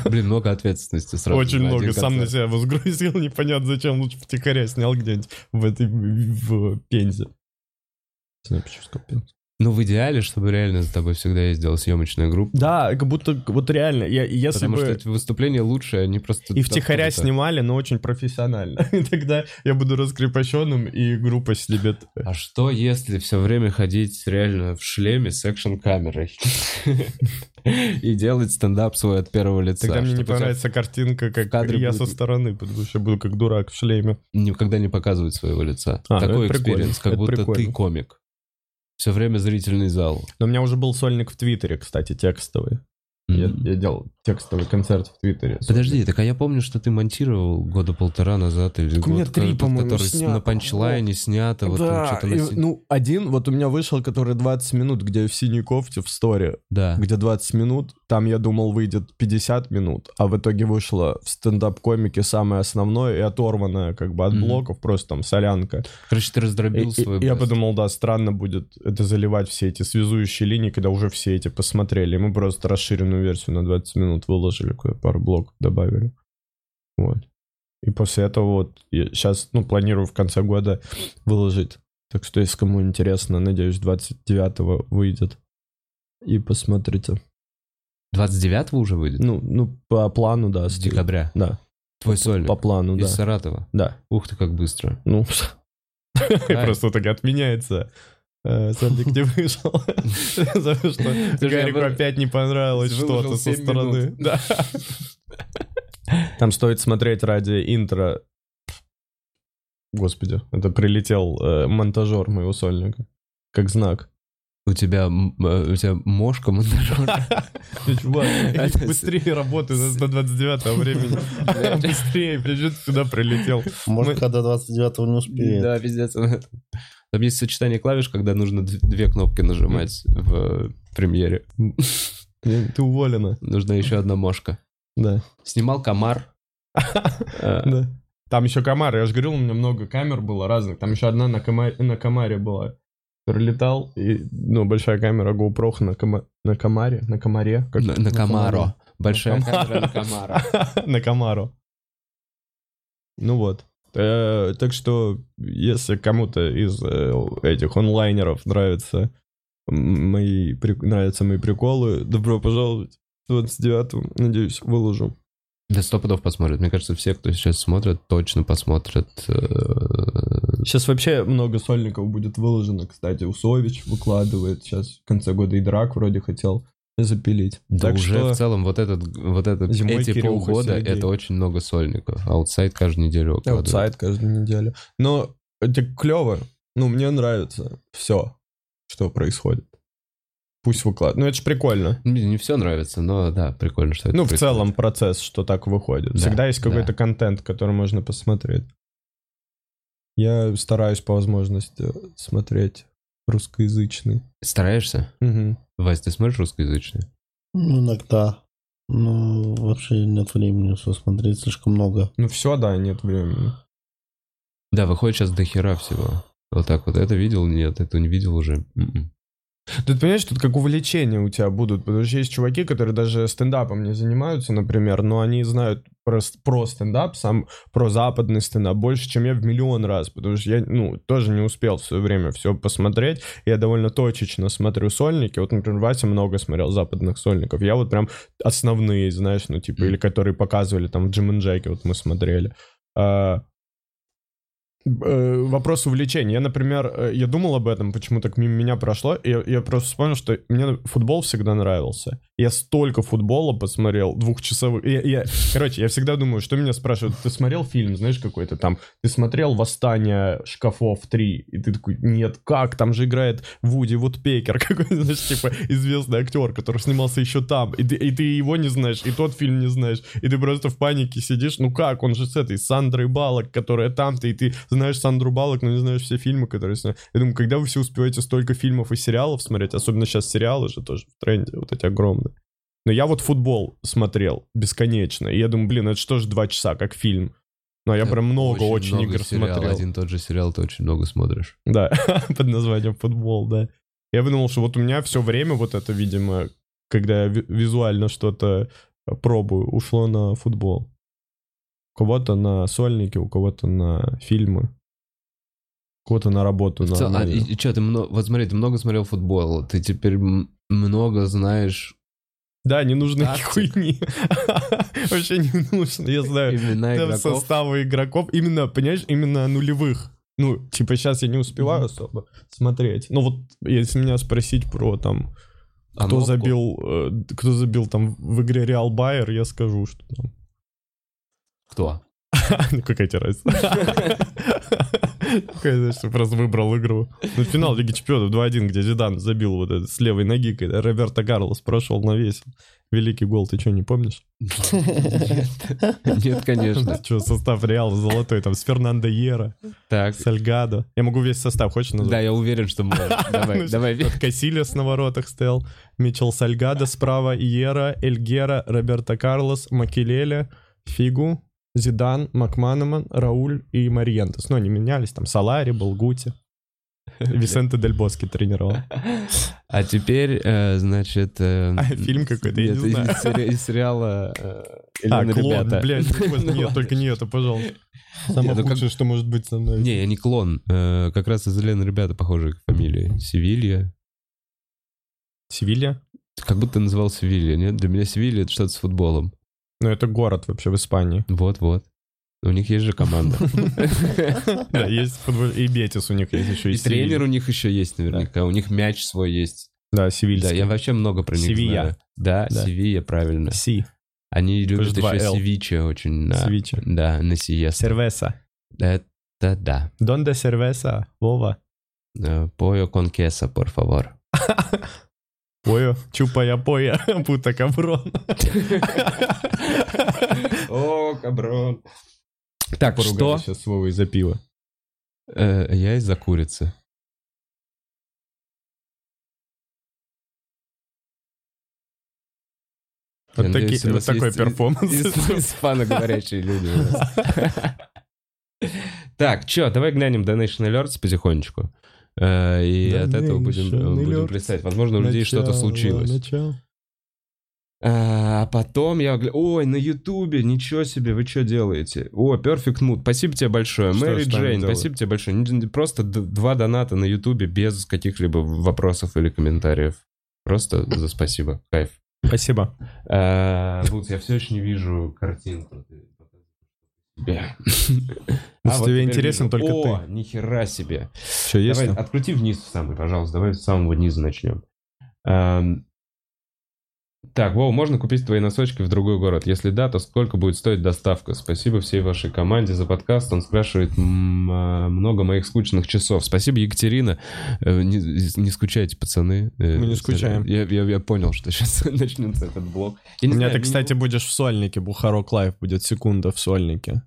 A: Блин, много ответственности сразу.
B: Очень
A: на один
B: много. Сам на
A: концерт.
B: себя возгрузил, непонятно зачем. Лучше втихаря снял где-нибудь в этой в Пензе. Не знаю, почему сказал Пензе.
A: Ну, в идеале, чтобы реально за тобой всегда ездила съемочная группа.
B: Да, как будто вот реально. Я, если
A: Потому
B: бы...
A: что эти выступления лучше, они просто...
B: И втихаря
A: откуда-то.
B: снимали, но очень профессионально. И тогда я буду раскрепощенным, и группа снимет. э,
A: А что, если все время ходить реально в шлеме с экшн-камерой? И делать стендап свой от первого лица.
B: Тогда мне не
A: чтобы тебя
B: понравится картинка, как
A: кадре
B: я
A: будет-
B: со стороны, потому что я буду как дурак в шлеме.
A: Никогда не показывать своего лица.
B: А, ну
A: Такой
B: это прикольно,
A: экспириенс, как
B: это
A: будто ты
B: прикольно.
A: комик. Все время зрительный зал.
B: Но у меня уже был сольник в Твиттере, кстати, текстовый. Я,
A: М.
B: я делал
D: текстовый концерт в Твиттере.
A: Подожди, так а я помню, что ты монтировал года полтора назад или
D: Так у меня
A: год,
D: три,
A: ко-
D: по-моему,
A: который
D: снято.
A: на панчлайне снято, вот там
D: Да,
A: что-то
D: и,
A: на син-
D: ну, один, вот у меня вышел, который 20 минут, где в синей кофте в сторе,
A: Да.
D: где 20 минут, там, я думал, выйдет 50 минут, а в итоге вышло в стендап-комике самое основное и оторванное как бы от
A: Мгм.
D: блоков, просто там солянка.
A: Короче, ты
D: И-
A: раздробил
D: и-
A: свой
D: я
A: бас.
D: подумал,
B: Думал, да, странно будет это заливать все эти связующие линии, когда уже все эти посмотрели. Мы просто расширенную версию на 20 минут выложили, куда пару блоков добавили. Вот. И после этого вот сейчас, ну, планирую в конце года выложить. Так что, если кому интересно, надеюсь, 29-го выйдет. И посмотрите.
A: 29 уже выйдет?
B: Ну, ну, по плану, да.
A: С
B: с-
A: декабря.
D: ну,
B: Да,
A: Твой сольник.
B: по плану, да.
A: Из Саратова.
B: Да.
A: Ух ты, как быстро.
B: Ну,
A: Да.
B: просто так и отменяется. Э, Садик не вышел. За что
A: Слушай,
B: Гарику
A: я бы-
B: опять не понравилось
A: Выложил
B: что-то со
A: семь
B: стороны.
A: минут.
B: Да. Там стоит смотреть ради интро. Господи, это прилетел э, монтажер моего сольника. Как знак.
A: У тебя, м, э, у тебя мошка монтажера.
B: Ты, Чувак,
A: Это-
B: быстрее работай, у нас до 29 времени. Быстрее, прижит сюда прилетел.
C: Может,
B: Мы-
C: когда 29-го не успеет.
A: Да, пиздец. Там есть сочетание клавиш, когда нужно дв- две кнопки нажимать в э, премьере.
B: Ты ты уволена.
A: Нужна еще одна мошка.
B: Да.
A: Снимал комар. Э,
B: Да. Там еще комары, я же говорил, у меня много камер было разных. Там еще одна на, комаре, на комаре была. Прилетал, и, ну, большая камера GoPro на, кома- на комаре, на комаре. Как...
A: На на комаро. Большая
B: комара.
A: камера на комара.
B: на комару. Ну вот. Э, так что, если кому-то из э, этих онлайнеров нравится м, мои, прик- нравятся мои приколы, добро пожаловать. 29 надеюсь, выложу.
A: Да сто пудов посмотрят. Мне кажется, все, кто сейчас смотрит, точно посмотрят. э,
B: Сейчас вообще много сольников будет выложено, кстати. Усович выкладывает сейчас в конце года и драк вроде хотел запилить.
A: Да
B: так
A: уже
B: что
A: в целом вот этот, вот этот,
B: Зимой
A: эти
B: Кирюха,
A: полгода
B: Сергей.
A: это очень много сольников. Аутсайд каждую неделю выкладывает.
B: аутсайд каждую неделю. Но это клево. Ну, мне нравится все, что происходит. Пусть выкладывают. Ну, это же прикольно.
A: Не, не все нравится, но да, прикольно, что это
B: Ну, в
A: происходит.
B: целом процесс, что так выходит.
A: Да,
B: Всегда есть
A: да.
B: какой-то контент, который можно посмотреть. Я стараюсь по возможности смотреть русскоязычный.
A: Стараешься?
B: Мгм.
A: Вась, ты смотришь русскоязычные?
C: Ну, иногда. Ну, вообще нет времени все смотреть, слишком много.
B: Ну, все, да, нет времени.
A: Да, выходит сейчас до хера всего. Вот так вот. Это видел? Нет, это не видел уже. М-м.
B: Тут, понимаешь, тут как увлечения у тебя будут, потому что есть чуваки, которые даже стендапом не занимаются, например, но они знают про, с- про стендап, сам про западный стендап больше, чем я в миллион раз, потому что я, ну, тоже не успел в свое время все посмотреть, я довольно точечно смотрю сольники, вот, например, Вася много смотрел западных сольников, я вот прям основные, знаешь, ну, типа, или которые показывали там в Джим и Джеке, вот мы смотрели. А, э, вопрос увлечения. Я, например, э, я думал об этом, почему так мимо меня прошло. и Я, я просто вспомнил, что мне футбол всегда нравился. Я столько футбола посмотрел, двухчасовых. Я, я- короче, я всегда думаю, что меня спрашивают, ты смотрел фильм, знаешь, какой-то там? Ты смотрел «Восстание шкафов 3»? И ты такой, нет, как? Там же играет Вуди Вудпекер, какой-то, знаешь, типа, известный актер, который снимался еще там. И ты, и ты его не знаешь, и тот фильм не знаешь. И ты просто в панике сидишь, ну как? Он же с этой Сандрой Балок, которая там-то, и ты знаешь Сандру Балок, но не знаешь все фильмы, которые сняли. Я думаю, когда вы все успеваете столько фильмов и сериалов смотреть, особенно сейчас сериалы же тоже в тренде, вот эти огромные. Но я вот футбол смотрел бесконечно, и я думаю, блин, это что же два часа, как фильм? Ну, а я
A: Да,
B: прям много очень,
A: много
B: игр
A: сериал.
B: смотрел.
A: Один тот же сериал ты очень много смотришь.
B: Да, под названием футбол, да. Я подумал, что вот у меня все время вот это, видимо, когда я ви- визуально что-то э, пробую, ушло на футбол. У кого-то на сольники, у кого-то на фильмы, у кого-то на работу.
A: В целом, а,
B: нормальную.
A: и, что, ты много, вот смотри, ты много смотрел футбол, ты теперь м- много знаешь
B: Да, не нужны
A: Тактик.
B: хуйни. Вообще не нужно, я знаю.
A: имена
B: Там
A: игроков.
B: составы игроков, именно, понимаешь, именно нулевых. Ну, типа, сейчас я не успеваю особо смотреть. Ну, вот, если меня спросить про там Кто
A: Оновку.
B: забил, э, кто забил там в игре Реал Байер, я скажу, что там. А,
A: Кто?
B: Ну, какая тебе разница? Конечно, просто выбрал игру. Ну, финал Лиги Чемпионов 2-1, где Зидан забил вот это с левой ноги, когда Роберто Карлос прошел навесил. Великий гол, ты что, не помнишь?
A: Нет, конечно.
B: Что, состав Реала золотой, там, с Фернандо Ера,
A: Так,
B: с Альгадо. Я могу весь состав, хочешь
A: ну, да,
B: назвать?
A: я уверен, что мы... Давай,
B: Ну,
A: давай.
B: Вот Касилиас на воротах стоял, Мичел Сальгадо справа, Иера, Эльгера, Роберто Карлос, Макелеле, Фигу, Зидан, Макманаман, Рауль и Мариентес. Но они менялись, там Салари был, Гути. Висенте Дель Боски тренировал.
A: А теперь, э, значит... э,
B: А, фильм какой-то, я
A: нет,
B: не знаю.
A: из сери- из сериала э,
B: А,
A: «Элен и
B: клон,
A: ребята».
B: блядь, господи,
A: Ну
B: нет,
A: ладно.
B: только не это, пожалуйста.
A: Не,
B: Самое
A: ну как-
B: худшее, что может быть со мной.
A: Не, я не клон. э, Как раз из Елены ребята похожие фамилии. Севилья.
B: Севилья?
A: Ты Как будто называл Севилья, нет? Для меня Севилья это что-то с футболом.
B: Ну, это город вообще в Испании.
A: Вот-вот. У них есть же команда.
B: Да, есть футбол. И Бетис у них есть еще.
A: И
B: Севилья.
A: тренер у них еще есть наверняка. У них мяч свой есть.
B: Да,
A: Да,
B: севильский.
A: я вообще много про них
B: Севилья.
A: знаю. Да,
B: Да.
A: Севилья, правильно.
B: Си.
A: Они любят
B: же два
A: еще
B: «Л».
A: севиче очень на...
B: Севиче.
A: Да, на сиест.
B: Сервеса.
A: Это да.
B: Донде сервеса, Вова.
A: Э, Пойо конкеса, por favor.
B: Пою, чупая поя, пута каброн.
A: О, каброн. Так, что?
B: сейчас с Вовой за пиво.
A: Э, Я из-за курицы. Я
B: Вот,
A: надеюсь,
B: такие-
A: у
B: вот
A: нас
B: такой
A: есть
B: перформанс.
A: ис- Испаноговорящие люди у нас. Так, чё, давай глянем Donation Alerts потихонечку. Э, И от этого будем э,
B: Donation
A: будем
B: Alerts.
A: представить. Возможно, у людей что-то
B: Начало,
A: случилось.
B: начало.
A: А потом я... гля- Ой, на Ютубе, ничего себе, вы что делаете? О, Perfect Mood, спасибо тебе большое.
B: Что
A: Мэри
B: с нами
A: Джейн,
B: делают?
A: спасибо тебе большое. Н- н- Просто д- два доната на Ютубе без каких-либо вопросов или комментариев. Просто за спасибо. Кайф.
B: Спасибо.
A: А, Лут, я все еще не вижу картинку. Ты показывай. Бля.
B: Ну, что тебе
A: А теперь
B: интересен только
A: О, нихера себе.
B: Что, есть?
A: Давай,
B: там?
A: открути вниз самый, пожалуйста. Давай с самого низа начнем. Эм, Так, Вов, можно купить твои носочки в другой город? Если да, то сколько будет стоить доставка? Спасибо всей вашей команде за подкаст. Он спрашивает м, э, много моих скучных часов. Спасибо, Екатерина. Э, Не, не скучайте, пацаны. Э,
B: Мы не скучаем.
A: Я, я- я понял, что сейчас начнется этот блок. Я
B: У
A: не
B: меня
A: знаю,
B: ты, кстати, будешь в сольнике, Бухарок Лайв будет секунда в сольнике.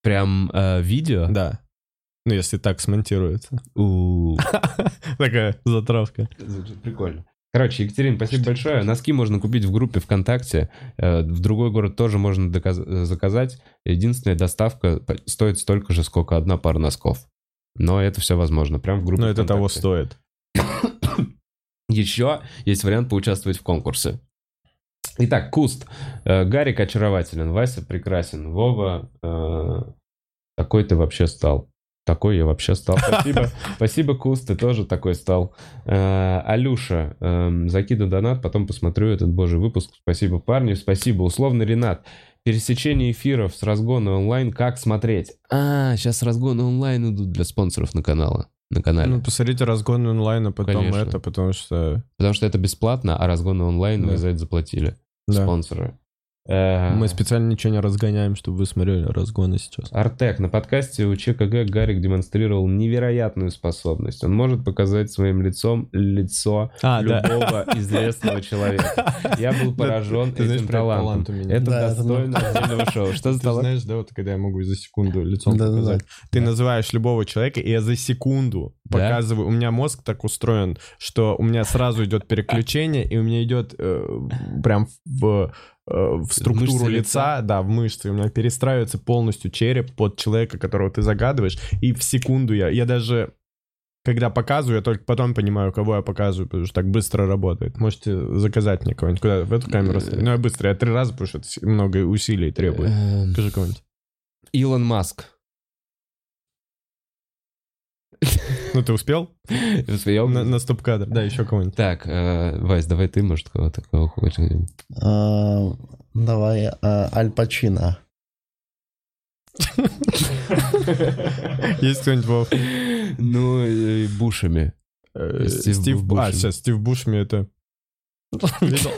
A: Прям э, видео?
B: Да. Ну, если так смонтируется.
A: У.
B: Такая затравка.
A: Звучит прикольно. Короче, Екатерин, спасибо большое. Носки можно купить в группе ВКонтакте. Э, В другой город тоже можно доказ- э, заказать. Единственная доставка по- стоит столько же, сколько одна пара носков. Но это все возможно. Прям в группе
B: Но Ну, это того
A: ВКонтакте.
B: стоит.
A: Еще есть вариант поучаствовать в конкурсе. Итак, Куст. Э, Гарик очарователен, Вася прекрасен, Вова... э, такой ты вообще стал. Такой я вообще стал. Спасибо. Спасибо, Куст, ты тоже такой стал. Э, Алюша, эм, закину донат, потом посмотрю этот божий выпуск. Спасибо, парни. Спасибо. Условно, Ренат. Пересечение эфиров с разгона онлайн. Как смотреть? А, сейчас разгоны онлайн идут для спонсоров на канала. На канале.
B: Ну, посмотрите разгон онлайн, а потом
A: Конечно.
B: это, потому что...
A: Потому что это бесплатно, а разгоны онлайн вы
B: Да.
A: за это заплатили.
B: Да.
A: Спонсоры. Э,
B: Мы специально ничего не разгоняем, чтобы вы смотрели разгоны сейчас.
A: Артек. На подкасте у ЧКГ Гарик демонстрировал невероятную способность. Он может показать своим лицом лицо
B: А,
A: любого известного человека. Я был поражен
B: ты знаешь,
A: этим
B: прям
A: талантом.
B: талант у меня.
A: Это
C: Да, это
A: достойно отдельного шоу. Что за
B: Ты
A: талант?
B: знаешь, да, вот когда я могу за секунду лицом
C: Да-да-да.
B: показать. Ты называешь любого человека, и я за секунду
A: Да?
B: показываю. У меня мозг так устроен, что у меня сразу идет переключение, и у меня идет э, прям в, э, в структуру
A: мышцы
B: лица,
A: лица?
B: да, в мышцы. У меня перестраивается полностью череп под человека, которого ты загадываешь, и в секунду я, я даже... Когда показываю, я только потом понимаю, кого я показываю, потому что так быстро работает. Можете заказать мне кого-нибудь. Куда? В эту камеру? ставить? Ну, я быстро. Я три раза, потому что это с- много усилий требует.
A: Эм,
B: Скажи кого-нибудь.
A: Илон Маск.
B: Ну, ты успел?
A: Я
B: На, на стоп-кадр. Да, еще кого-нибудь.
A: Так, э, Вась, давай ты, может, кого-то кого хочешь.
C: А, Давай, а, Аль Пачино.
B: Есть кто-нибудь, Вов?
A: Ну, э, бушами.
B: Э,
A: Стив
B: Стив... А,
A: Бушеми.
B: сейчас, Стив Бушми это... Видел?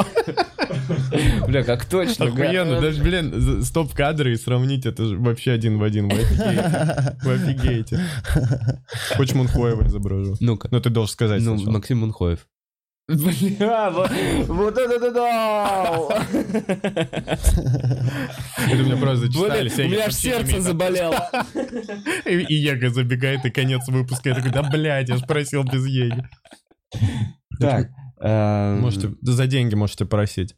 A: Бля, как точно.
B: Охуенно, даже, блин, стоп-кадры и сравнить, это же вообще один в один. Вы офигеете. Вы офигеете. Хочешь Мунхоева изображу?
A: Ну-ка.
B: Ну, ты должен сказать
A: Ну,
B: сначала.
A: Максим Мунхоев. Бля, вот, это да да
B: Это меня просто зачитали.
A: У меня аж сердце заболело.
B: И и Ега забегает, и конец выпуска. Я такой, да, блядь, я же просил без Еги.
A: Так. эм,
B: Можете, да за деньги можете просить.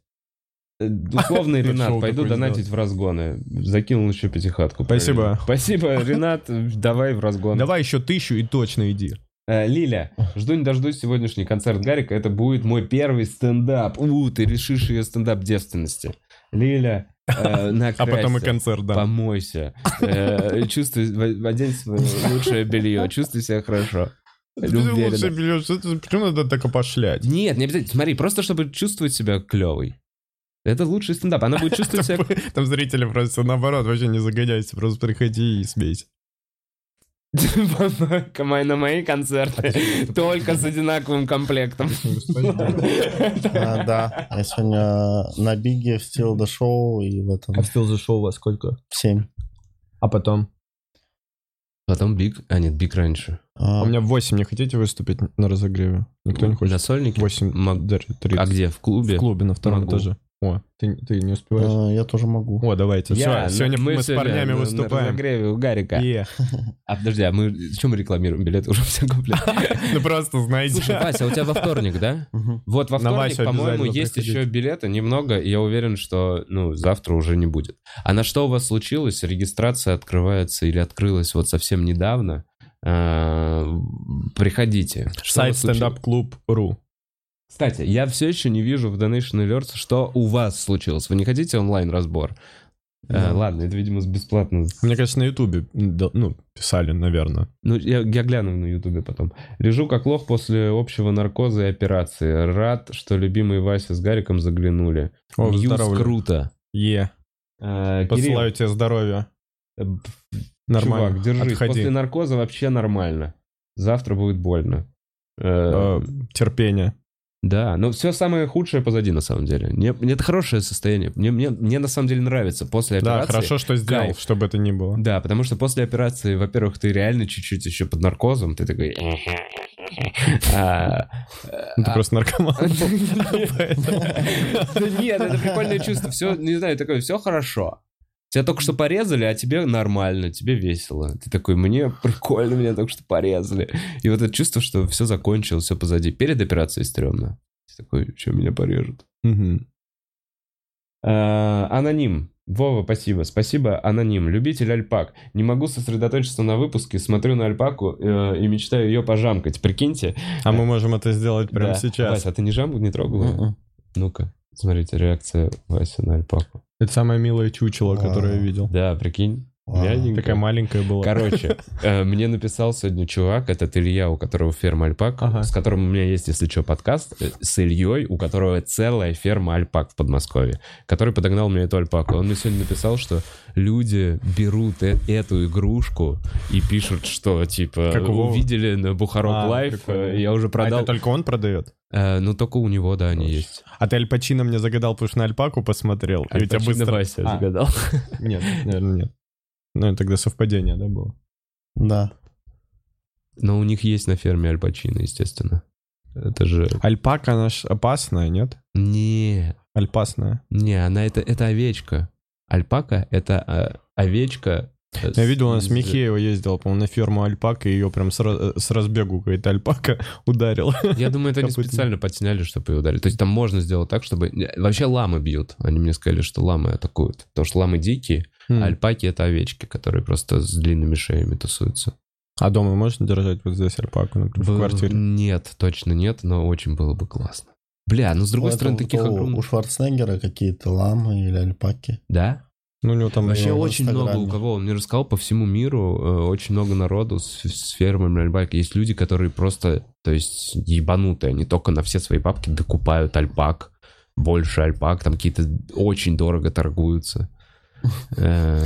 A: э, Условный
B: Ну,
A: Ренат,
B: шоу
A: пойду
B: такое
A: донатить в разгоны. Закинул еще пятихатку.
B: Спасибо.
A: Спасибо, Ренат, давай в разгон.
B: Давай еще тысячу и точно иди.
A: Э, Лиля, жду не дождусь сегодняшний концерт Гарика. Это будет мой первый стендап. У, ты решишь ее стендап девственности. Лиля, э,
B: А потом и
A: накрасься.
B: концерт, да.
A: Помойся. Э, Чувствуй, в- одень свое лучшее белье. Чувствуй себя хорошо.
B: Ты
A: Уверенно.
B: лучше берешь. Это- Почему надо так опошлять?
A: Нет, не обязательно. Смотри, просто чтобы чувствовать себя клевой. Это лучший стендап. Она будет чувствовать себя...
B: Там зрители просто наоборот, вообще не загоняйся, просто приходи и смейся.
A: Мой- На мои концерты. Только с одинаковым комплектом.
C: А, Да, я сегодня э, на Биге в Стил до Шоу и в этом
D: А в Still the Show во сколько?
C: в 7.
D: А потом?
A: Потом Биг... А, нет, Биг раньше.
C: А,
D: А у меня в 8 не хотите выступить на разогреве? Никто не
A: На
D: хочет?
A: сольнике?
D: 8
A: Мог- А
D: 30.
A: где? В
D: В
A: клубе?
D: клубе на втором
A: Могу. А,
D: этаже. О, ты, ты не успеваешь?
C: э, Я тоже могу.
B: О, давайте.
A: Я-
B: Всё, сегодня
A: мы
B: мы с
A: сегодня
B: парнями
A: на- на
B: выступаем.
A: разогреве у Гарика.
B: Е.
A: А подожди, а мы... Чем мы рекламируем? Билеты уже все куплены.
B: Ну просто
A: Слушай, а
B: знаете.
A: Вася, у тебя во вторник, да?
C: Мгм.
A: Вот во
B: На
A: вторник,
B: Васю
A: по-моему,
B: обязательно
A: есть
B: приходите.
A: еще билеты немного, и я уверен, что ну завтра уже не будет. А на что у вас случилось? Регистрация открывается или открылась вот совсем недавно? А, Приходите. Что у
B: Сайт
A: вас случилось?
B: стендап-клуб.ру.
A: Кстати, я все еще не вижу в Donation Alerts, что у вас случилось. Вы не хотите онлайн-разбор? Э, Ладно, это, видимо, с- бесплатно.
B: Мне кажется, на Ютубе, м, да, ну, писали, наверное.
A: Ну, я, я гляну на Ютубе потом. Лежу как лох после общего наркоза и операции. Рад, что любимый Вася с Гариком заглянули.
B: О,
A: Ньюс
B: здоровье.
A: круто.
B: Е.
A: Э, Кирилл,
B: Посылаю тебе здоровья.
A: э, пф,
B: Нормально.
A: чувак, держись.
B: Отходи.
A: После наркоза вообще нормально. Завтра будет больно. Э,
B: Э, терпение.
A: Да, но все самое худшее позади, на самом деле. Мне, мне это хорошее состояние. Мне, мне, мне на самом деле нравится после операции.
B: Да, хорошо, что сделал,
A: Кайф.
B: чтобы это не было.
A: Да, потому что после операции, во-первых, ты реально чуть-чуть еще под наркозом, ты такой... а,
B: Ну, ты
A: а,
B: просто наркоман.
A: Да нет, это прикольное чувство. Все, не знаю, такое, все хорошо. Тебя только что порезали, а тебе нормально, тебе весело. Ты такой, мне прикольно, меня только что порезали. И вот это чувство, что все закончилось, все позади. Перед операцией стрёмно. Ты такой, что меня порежут?
B: Мгм.
A: А, Аноним. Вова, спасибо. Спасибо, Аноним. Любитель альпак. Не могу сосредоточиться на выпуске, смотрю на альпаку э, и мечтаю ее пожамкать. Прикиньте.
B: А мы можем это сделать
A: Да.
B: прямо сейчас. М-м.
A: Вася, а ты не жамку не трогал? её?
C: Мгм.
A: Ну-ка, смотрите, реакция Вася на альпаку.
B: Это самое милое чучело, которое я
C: Вау.
B: видел.
A: Да, прикинь.
C: Вау.
A: мягенько.
B: Такая маленькая была.
A: Короче, э, мне написал сегодня чувак, этот Илья, у которого ферма альпак,
B: Ага.
A: с которым у меня есть, если что, подкаст, э, с Ильей, у которого целая ферма альпак в Подмосковье, который подогнал мне эту альпаку. Он мне сегодня написал, что люди берут э- эту игрушку и пишут, что, типа,
B: Как у Вовы?
A: увидели на Бухарок
B: А,
A: Лайф,
B: прикольно.
A: э, я уже
B: А это
A: продал.
B: только он продает?
A: Э, Ну, только у него, да, они есть.
B: А ты Аль Пачино мне загадал, потому что на Альпаку посмотрел. и у тебя
A: Альпачино
B: быстро...
A: Вася
B: А.
A: загадал.
B: Нет, наверное, нет. Ну, тогда совпадение, да, было?
C: Да.
A: Но у них есть на ферме альпачины, естественно. Это же...
B: Альпака, она ж опасная, нет?
A: Не,
B: Альпасная.
A: не, она это, это овечка. Альпака — это а, овечка... э,
B: Я видел, у
A: с-
B: нас Михеева ездила, по-моему, на ферму Альпака, и ее прям с, ра- э, с разбегу какая-то Альпака ударила.
A: Я думаю, это они
B: Копытный.
A: специально подсняли, чтобы ее ударили. То есть там можно сделать так, чтобы... э, Вообще ламы бьют. Они мне сказали, что ламы атакуют. Потому что ламы дикие, а альпаки — это овечки, которые просто с длинными шеями тусуются.
B: А дома можно держать вот здесь Альпаку, например, в
A: Б-
B: квартире?
A: Нет, точно нет, но очень было бы классно. Бля, ну с другой
C: Ну, это
A: стороны,
C: вот
A: таких
C: у-
A: огромных...
C: У Шварценеггера какие-то ламы или альпаки.
A: Да?
B: Ну, у него там...
A: Вообще
C: в
A: очень много у
C: Инстаграме.
A: кого, он мне рассказал, по всему миру э, очень много народу с, с фермами альпак. Есть люди, которые просто, то есть, ебанутые, они только на все свои бабки докупают альпак, больше альпак, там какие-то очень дорого торгуются. Э,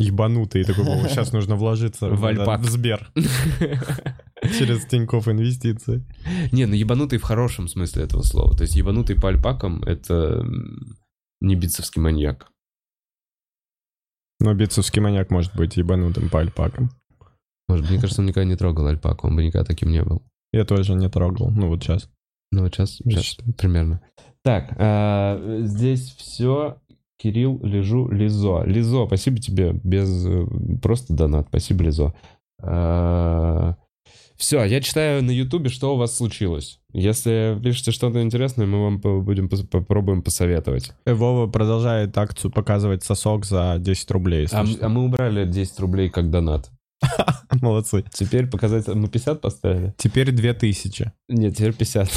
B: ебанутый. и Такой, «О, сейчас нужно вложиться
A: В
B: да,
A: Альпак».
B: в Сбер. Через Тинькофф инвестиции.
A: Не, ну ебанутый в хорошем смысле этого слова. То есть ебанутый по альпакам — это м, не битцевский маньяк.
B: Но битцевский маньяк может быть ебанутым по альпакам.
A: Может, мне кажется, он никогда не трогал альпаку, он бы никогда таким не был.
B: Я тоже не трогал. Ну вот сейчас.
A: Ну, вот сейчас, сейчас примерно. Так, а, здесь все. Кирилл, Лежу, Лизо. Лизо, спасибо тебе. Без э, просто донат. Спасибо, Лизо. все, я читаю на Ютубе, что у вас случилось. Если пишете что-то интересное, мы вам по- будем пос- попробуем посоветовать.
B: Э, Вова продолжает акцию показывать сосок за 10 рублей. если
A: А, м-
B: что.
A: а мы убрали 10 рублей как донат.
B: Молодцы.
A: Теперь показать... Мы 50 поставили?
B: Теперь 2000.
A: Нет, теперь 50.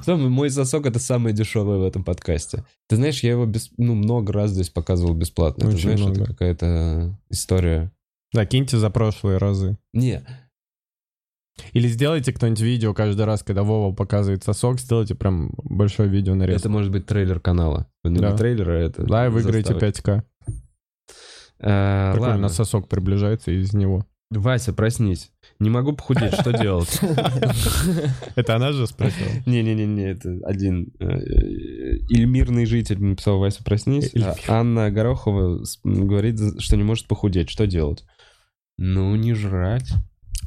A: Потом Мой сосок это самое дешевое в этом подкасте. Ты знаешь, я его бес- ну, много раз здесь показывал бесплатно. Ты
B: Очень
A: знаешь, это
B: много.
A: какая-то история.
B: Да, киньте за прошлые разы.
A: Не,
B: Или сделайте кто-нибудь видео каждый раз, когда Вова показывает сосок, сделайте прям большое видео нарез.
A: это может быть трейлер канала. Ну,
B: Да.
A: не трейлер, а это...
B: Да, и выиграете
A: заставочка.
B: 5к.
A: А,
B: Прикольно,
A: Ладно,
B: сосок приближается из него.
A: Вася, проснись. Не могу похудеть, что делать?
B: Это она же спросила?
A: Не-не-не, это один э, Ильмирный житель написал Вася, проснись.
B: Эльмир.
A: А Анна Горохова с- м, говорит, что не может похудеть. Что делать? Ну, не жрать.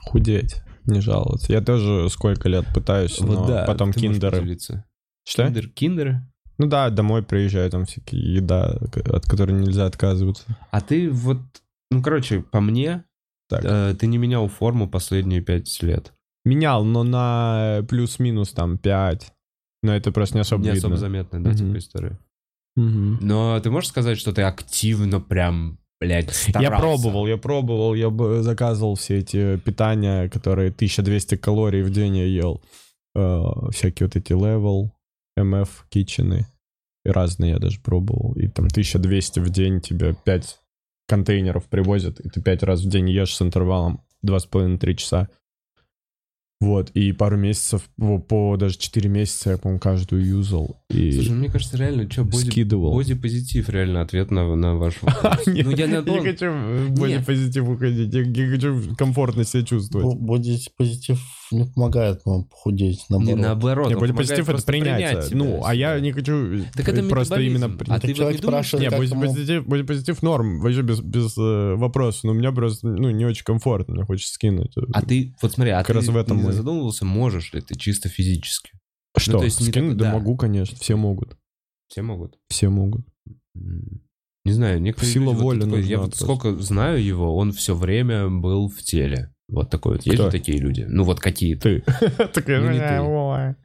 B: Худеть. Не жаловаться. Я тоже сколько лет пытаюсь, но потом
A: ты можешь
B: киндеры.
A: поделиться.
B: Что?
A: Киндер- киндеры?
B: Ну да, домой приезжаю, там всякие еда, к- от которой нельзя отказываться.
A: А ты вот, ну, короче, по мне,
B: Так.
A: э, ты не менял форму последние пять лет.
B: Менял, но на плюс-минус там 5. Но это просто не особо
A: не
B: видно.
A: особо заметная, да,
B: Мгм.
A: типа история.
B: Мгм.
A: Но ты можешь сказать, что ты активно прям, блядь, старался?
B: Я пробовал, я пробовал, я б- э, заказывал все эти э, питания, которые 1200 калорий в день я ел. Э, всякие вот эти левел, МФ, китчены. И разные я даже пробовал. И там 1200 в день тебе 5 контейнеров привозят, и ты 5 раз в день ешь с интервалом 2,5-3 часа. Вот, и пару месяцев, во, по даже 4 месяца я, по-моему, каждую юзал. И
A: Слушай, ну, мне кажется, реально, что, боди,
B: скидывал.
A: позитив реально ответ на, на ваш
B: А,
A: вопрос.
B: нет,
A: Ну, я надумал.
B: хочу в более
A: Нет. Ну,
B: позитив уходить. Я, я хочу комфортно себя чувствовать.
C: Будет Ну, позитив не помогает вам похудеть,
A: Не,
C: наоборот.
A: наоборот.
B: Не,
A: он
B: более
A: помогает
B: позитив это
A: просто
B: принятие.
A: принять себя,
B: ну, а я
A: себя.
B: не хочу
A: Так это
B: просто именно...
A: метаболизм.
B: при-
A: А ты вот не
C: Человек
A: думаешь,
C: спрашивает,
B: Не,
C: как
B: будет
C: ему-
B: позитив, будет позитив норм, вообще без, без э, вопросов. Но у меня просто, ну, не очень комфортно, мне хочется скинуть.
A: А ты, вот смотри, а
B: Как
A: ты
B: раз в этом
A: не
B: мы.
A: задумывался, можешь ли ты чисто физически?
B: Что,
A: ну, то есть не
B: скинуть?
A: так-
B: Да,
A: да.
B: могу, конечно, все могут.
A: Все могут.
B: Все могут.
A: М, Не знаю, некоторые
B: Сила
A: люди вот
B: воли
A: такой, Я
B: нужна
A: вот
B: просто.
A: сколько знаю его, он все время был в теле. Вот такой вот. Есть
B: Кто?
A: же такие люди? Ну вот какие-то.
B: Ты. Такая,
A: Ну, не ты.
B: «Э, ой».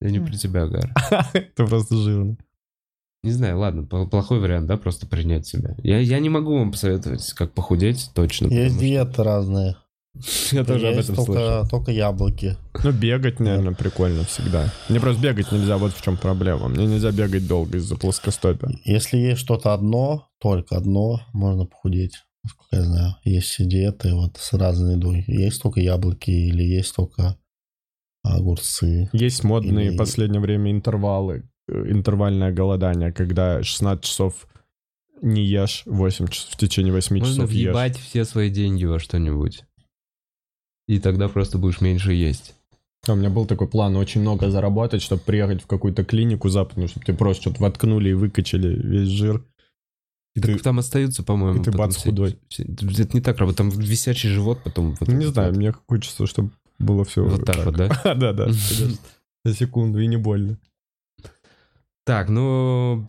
A: Я не про тебя, Гар.
B: Это просто жирно.
A: Не знаю, ладно, пл- плохой вариант, да, просто принять себя. Я, я не могу вам посоветовать, как похудеть точно. потому
C: Есть
A: что-
C: диеты разные.
A: Я тоже об
C: Есть
A: этом слышал.
C: только, только яблоки.
B: Ну, бегать, наверное, прикольно всегда. Мне просто бегать нельзя, вот в чем проблема. Мне нельзя бегать долго из-за плоскостопия.
C: Если есть что-то одно, только одно, можно похудеть. Насколько я знаю, есть все диеты вот с разной едой. Есть только яблоки или есть только огурцы.
B: Есть модные
C: Или-
B: в последнее время интервалы, э, интервальное голодание, когда 16 часов не ешь, 8 часов, в течение 8
A: Можно
B: часов ешь.
A: въебать все свои деньги во что-нибудь. И тогда просто будешь меньше есть.
B: А у меня был такой план очень много заработать, чтобы приехать в какую-то клинику западную, чтобы тебе просто что-то воткнули и выкачали весь жир. И ты-
A: Так там остаются, по-моему.
B: и ты
A: потом
B: бац,
A: все-
B: худой.
A: все- Это не так работает. Там висячий живот потом. вот
B: Ну, не
A: этот
B: знаю,
A: вот.
B: мне хочется, чтобы было все
A: Вот так вот, да?
B: Да, да, конечно. За секунду и не больно.
A: Так, ну...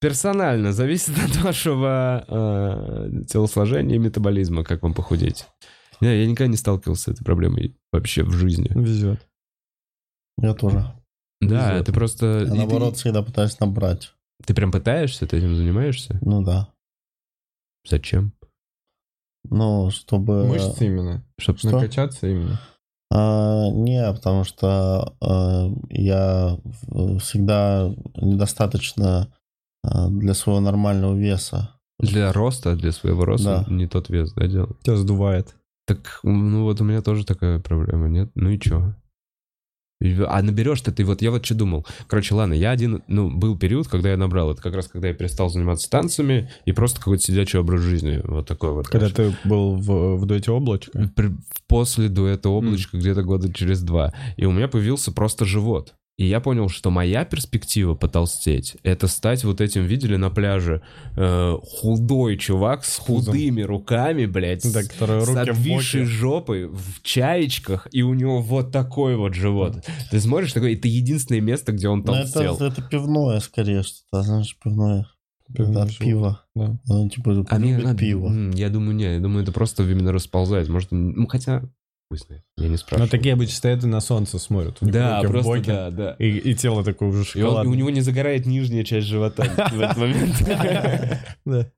A: Персонально зависит от вашего э, телосложения и метаболизма, как вам похудеть. Я, я никогда не сталкивался с этой проблемой вообще в жизни.
B: Везет.
C: Я тоже.
A: Да,
B: Везёт.
A: ты просто...
C: Я
A: Э, и ты-
C: А наоборот всегда пытаюсь набрать.
A: ты прям пытаешься, ты этим занимаешься?
C: Ну да.
A: Зачем?
C: Ну, чтобы...
B: Мышцы именно.
A: Чтоб
C: Что?
B: Накачаться именно.
C: А, не, потому что э, я в- всегда недостаточно э, для своего нормального веса.
A: для роста, для своего роста
C: Да.
A: не тот вес, да, делал?
B: Тебя сдувает.
A: Так, ну вот у меня тоже такая проблема, нет? Ну и чё? И- А наберешь ты, ты вот, я вот что думал. Короче, ладно, я один, ну, был период, когда я набрал, это как раз когда я перестал заниматься танцами и просто какой-то сидячий образ жизни, вот такой вот.
B: Когда
A: знаешь.
B: ты был в, в дуэте облачко?
A: При- После дуэта облачко где-то года через два. И у меня появился просто живот. И я понял, что моя перспектива потолстеть — это стать вот этим, видели на пляже, э, худой чувак с
B: хузом.
A: худыми руками, блядь, с-
B: Да, которые
A: с
B: руки в
A: обвисшей
B: боки.
A: жопой в чаечках, и у него вот такой вот живот. Ты смотришь такой, это единственное место, где он
C: Ну, это,
A: толстел.
C: это пивное скорее что-то, знаешь, пивное.
B: Пивное
C: Да,
B: живот.
C: пиво.
B: Да.
C: Ну, типа, любит
A: А надо-
C: пиво.
A: М, Я думаю, не, я думаю, это просто именно расползать. Может, ну, хотя, пусть, я не
B: Но
A: спрашиваю.
B: Ну, такие обычно стоят и на солнце смотрят. У них
A: да,
B: руки в
A: просто
B: боки.
A: да, да.
B: И, и тело такое уже
A: И, он- и
B: шоколадное.
A: у него не загорает нижняя часть живота в этот момент.
B: Да.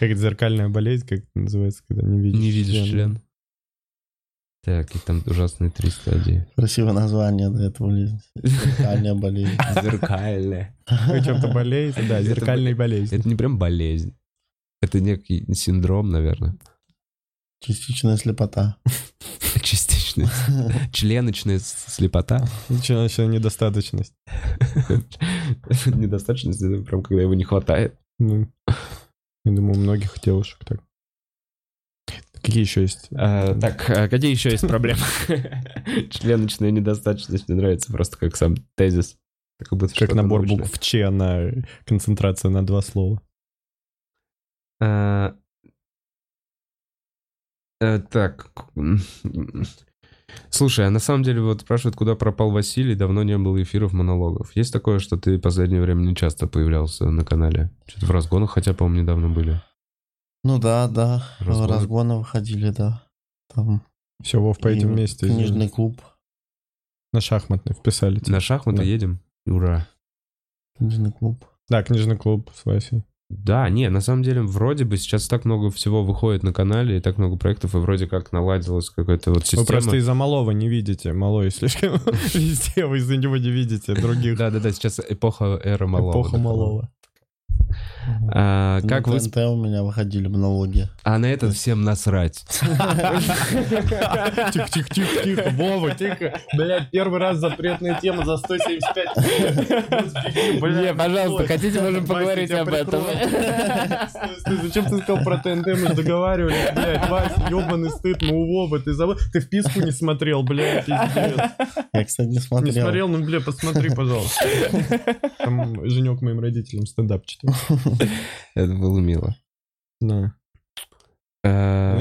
B: Как это зеркальная болезнь, как это называется, когда не видишь.
A: Не видишь
B: член.
A: член. Так, и там ужасные три стадии.
C: Красивое название, да, это болезнь. Зеркальная болезнь.
A: Зеркальная.
B: Вы чем-то болеете? Да,
A: Это
B: зеркальной болезнь.
A: Это не прям болезнь. Это некий синдром, наверное.
C: Частичная слепота.
A: Частичная. Членочная с- слепота.
B: Начинается недостаточность.
A: Недостаточность, это прям когда его не хватает.
B: Ну, Я думаю, у многих девушек так. Какие еще есть?
A: А, Так, а какие еще есть проблемы? Членочная недостаточность мне нравится просто как сам тезис. Как, будто
B: Как
A: что-то
B: набор
A: научное.
B: букв Ч на концентрация на два слова.
A: А, э, Так. м, м. Слушай, а на самом деле вот спрашивают, куда пропал Василий, давно не было эфиров монологов. Есть такое, что ты в последнее время не часто появлялся на канале? Что-то в разгонах, хотя, по-моему, недавно были.
C: Ну да, да.
A: Разгоны.
C: Разгоны, выходили, да. Там
B: Все, Вов, по
C: и
A: ну,
B: этим вместе. извини.
C: Книжный клуб.
B: На шахматный вписали. тебя.
A: На шахматы
B: Типа, Да.
A: едем? Ура.
C: Книжный клуб.
B: Да, книжный клуб с Васей.
A: Да, не, на самом деле, вроде бы сейчас так много всего выходит на канале, и так много проектов, и вроде как наладилась какая-то вот
B: Вы
A: система.
B: просто из-за малого не видите. Малой слишком везде, вы из-за него не видите других.
A: Да-да-да, сейчас эпоха эра малого.
B: Эпоха
A: да, по-моему.
B: малого. Ну
A: А, как
C: На
A: вы...
C: Ну, ТНТ у меня выходили монологи.
A: А на это всем насрать.
B: Тихо, тихо, тихо, тихо, Вова, тихо. Блядь, первый раз запретная тема за 175.
A: Не, пожалуйста, хотите, можем поговорить об этом.
B: Ты зачем ты сказал про ТНТ? Мы же договаривались, блядь, Вася, ебаный стыд, ну у Вовы, ты забыл, ты вписку не смотрел, блядь, пиздец.
C: Я, кстати, не
B: Не
C: смотрел.
B: смотрел, ну, бля, посмотри, пожалуйста. Там женек моим родителям стендап читал.
A: Это было мило.
B: Да. Знаешь,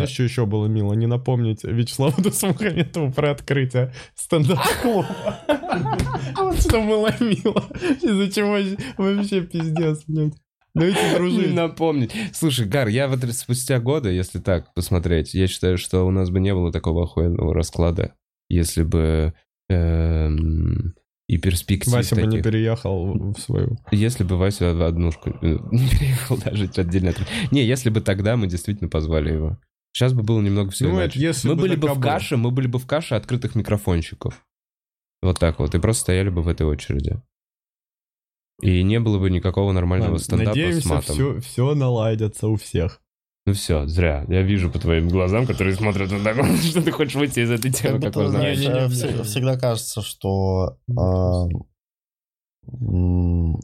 A: Э,
B: что еще было мило? Не напомнить Вячеславу Дусмухаметову про открытие стендап-клуба. Вот что было мило. Из-за чего ж- вообще пиздец, блядь. Давайте
A: Не
B: дружить.
A: напомнить. Слушай, Гар, я вот спустя годы, если так посмотреть, я считаю, что у нас бы не было такого охуенного расклада, если бы эм, и перспектив
B: Вася бы не
A: таких.
B: переехал в свою.
A: Если бы Вася в однушку э, не переехал даже отдельно. от- Не, если бы тогда мы действительно позвали его. Сейчас бы было немного всего
B: Ну, это
A: иначе.
B: если
A: мы
B: бы
A: были бы
B: так
A: в
B: было.
A: каше, мы были бы в каше открытых микрофонщиков. Вот так вот. И просто стояли бы в этой очереди. И не было бы никакого нормального
B: Ладно,
A: стендапа с
B: Надеемся,
A: матом.
B: все, все наладится у всех.
A: Ну все, зря. Я вижу по твоим глазам, которые смотрят на такое, что ты хочешь выйти из этой темы,
C: Как
A: как
C: будто,
A: вы
C: знаешь,
A: знаете.
B: Не-не-не,
C: э,
B: мне
C: всег-
B: тоже.
C: Всегда кажется, что а,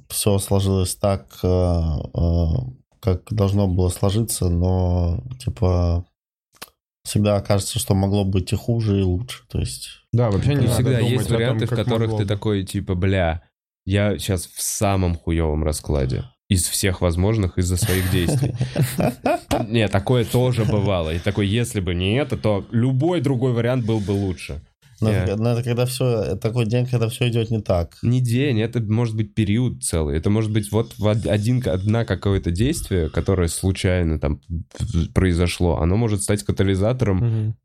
C: все сложилось так, э, э, как должно было сложиться, но типа всегда кажется, что могло быть и хуже, и лучше. То есть
B: Да, вообще
A: И
B: не
A: всегда есть варианты, в которых ты такой, типа, бля, я сейчас в самом хуевом раскладе. Из всех возможных, из-за своих действий. Не, такое тоже бывало. И такой, если бы не это, то любой другой вариант был бы лучше.
C: но
A: Я-
C: это, но это когда все такой день, когда все идет не так.
A: Не день, это может быть период целый. Это может быть вот в од- один, одна какое-то действие, которое случайно там произошло. Оно может стать катализатором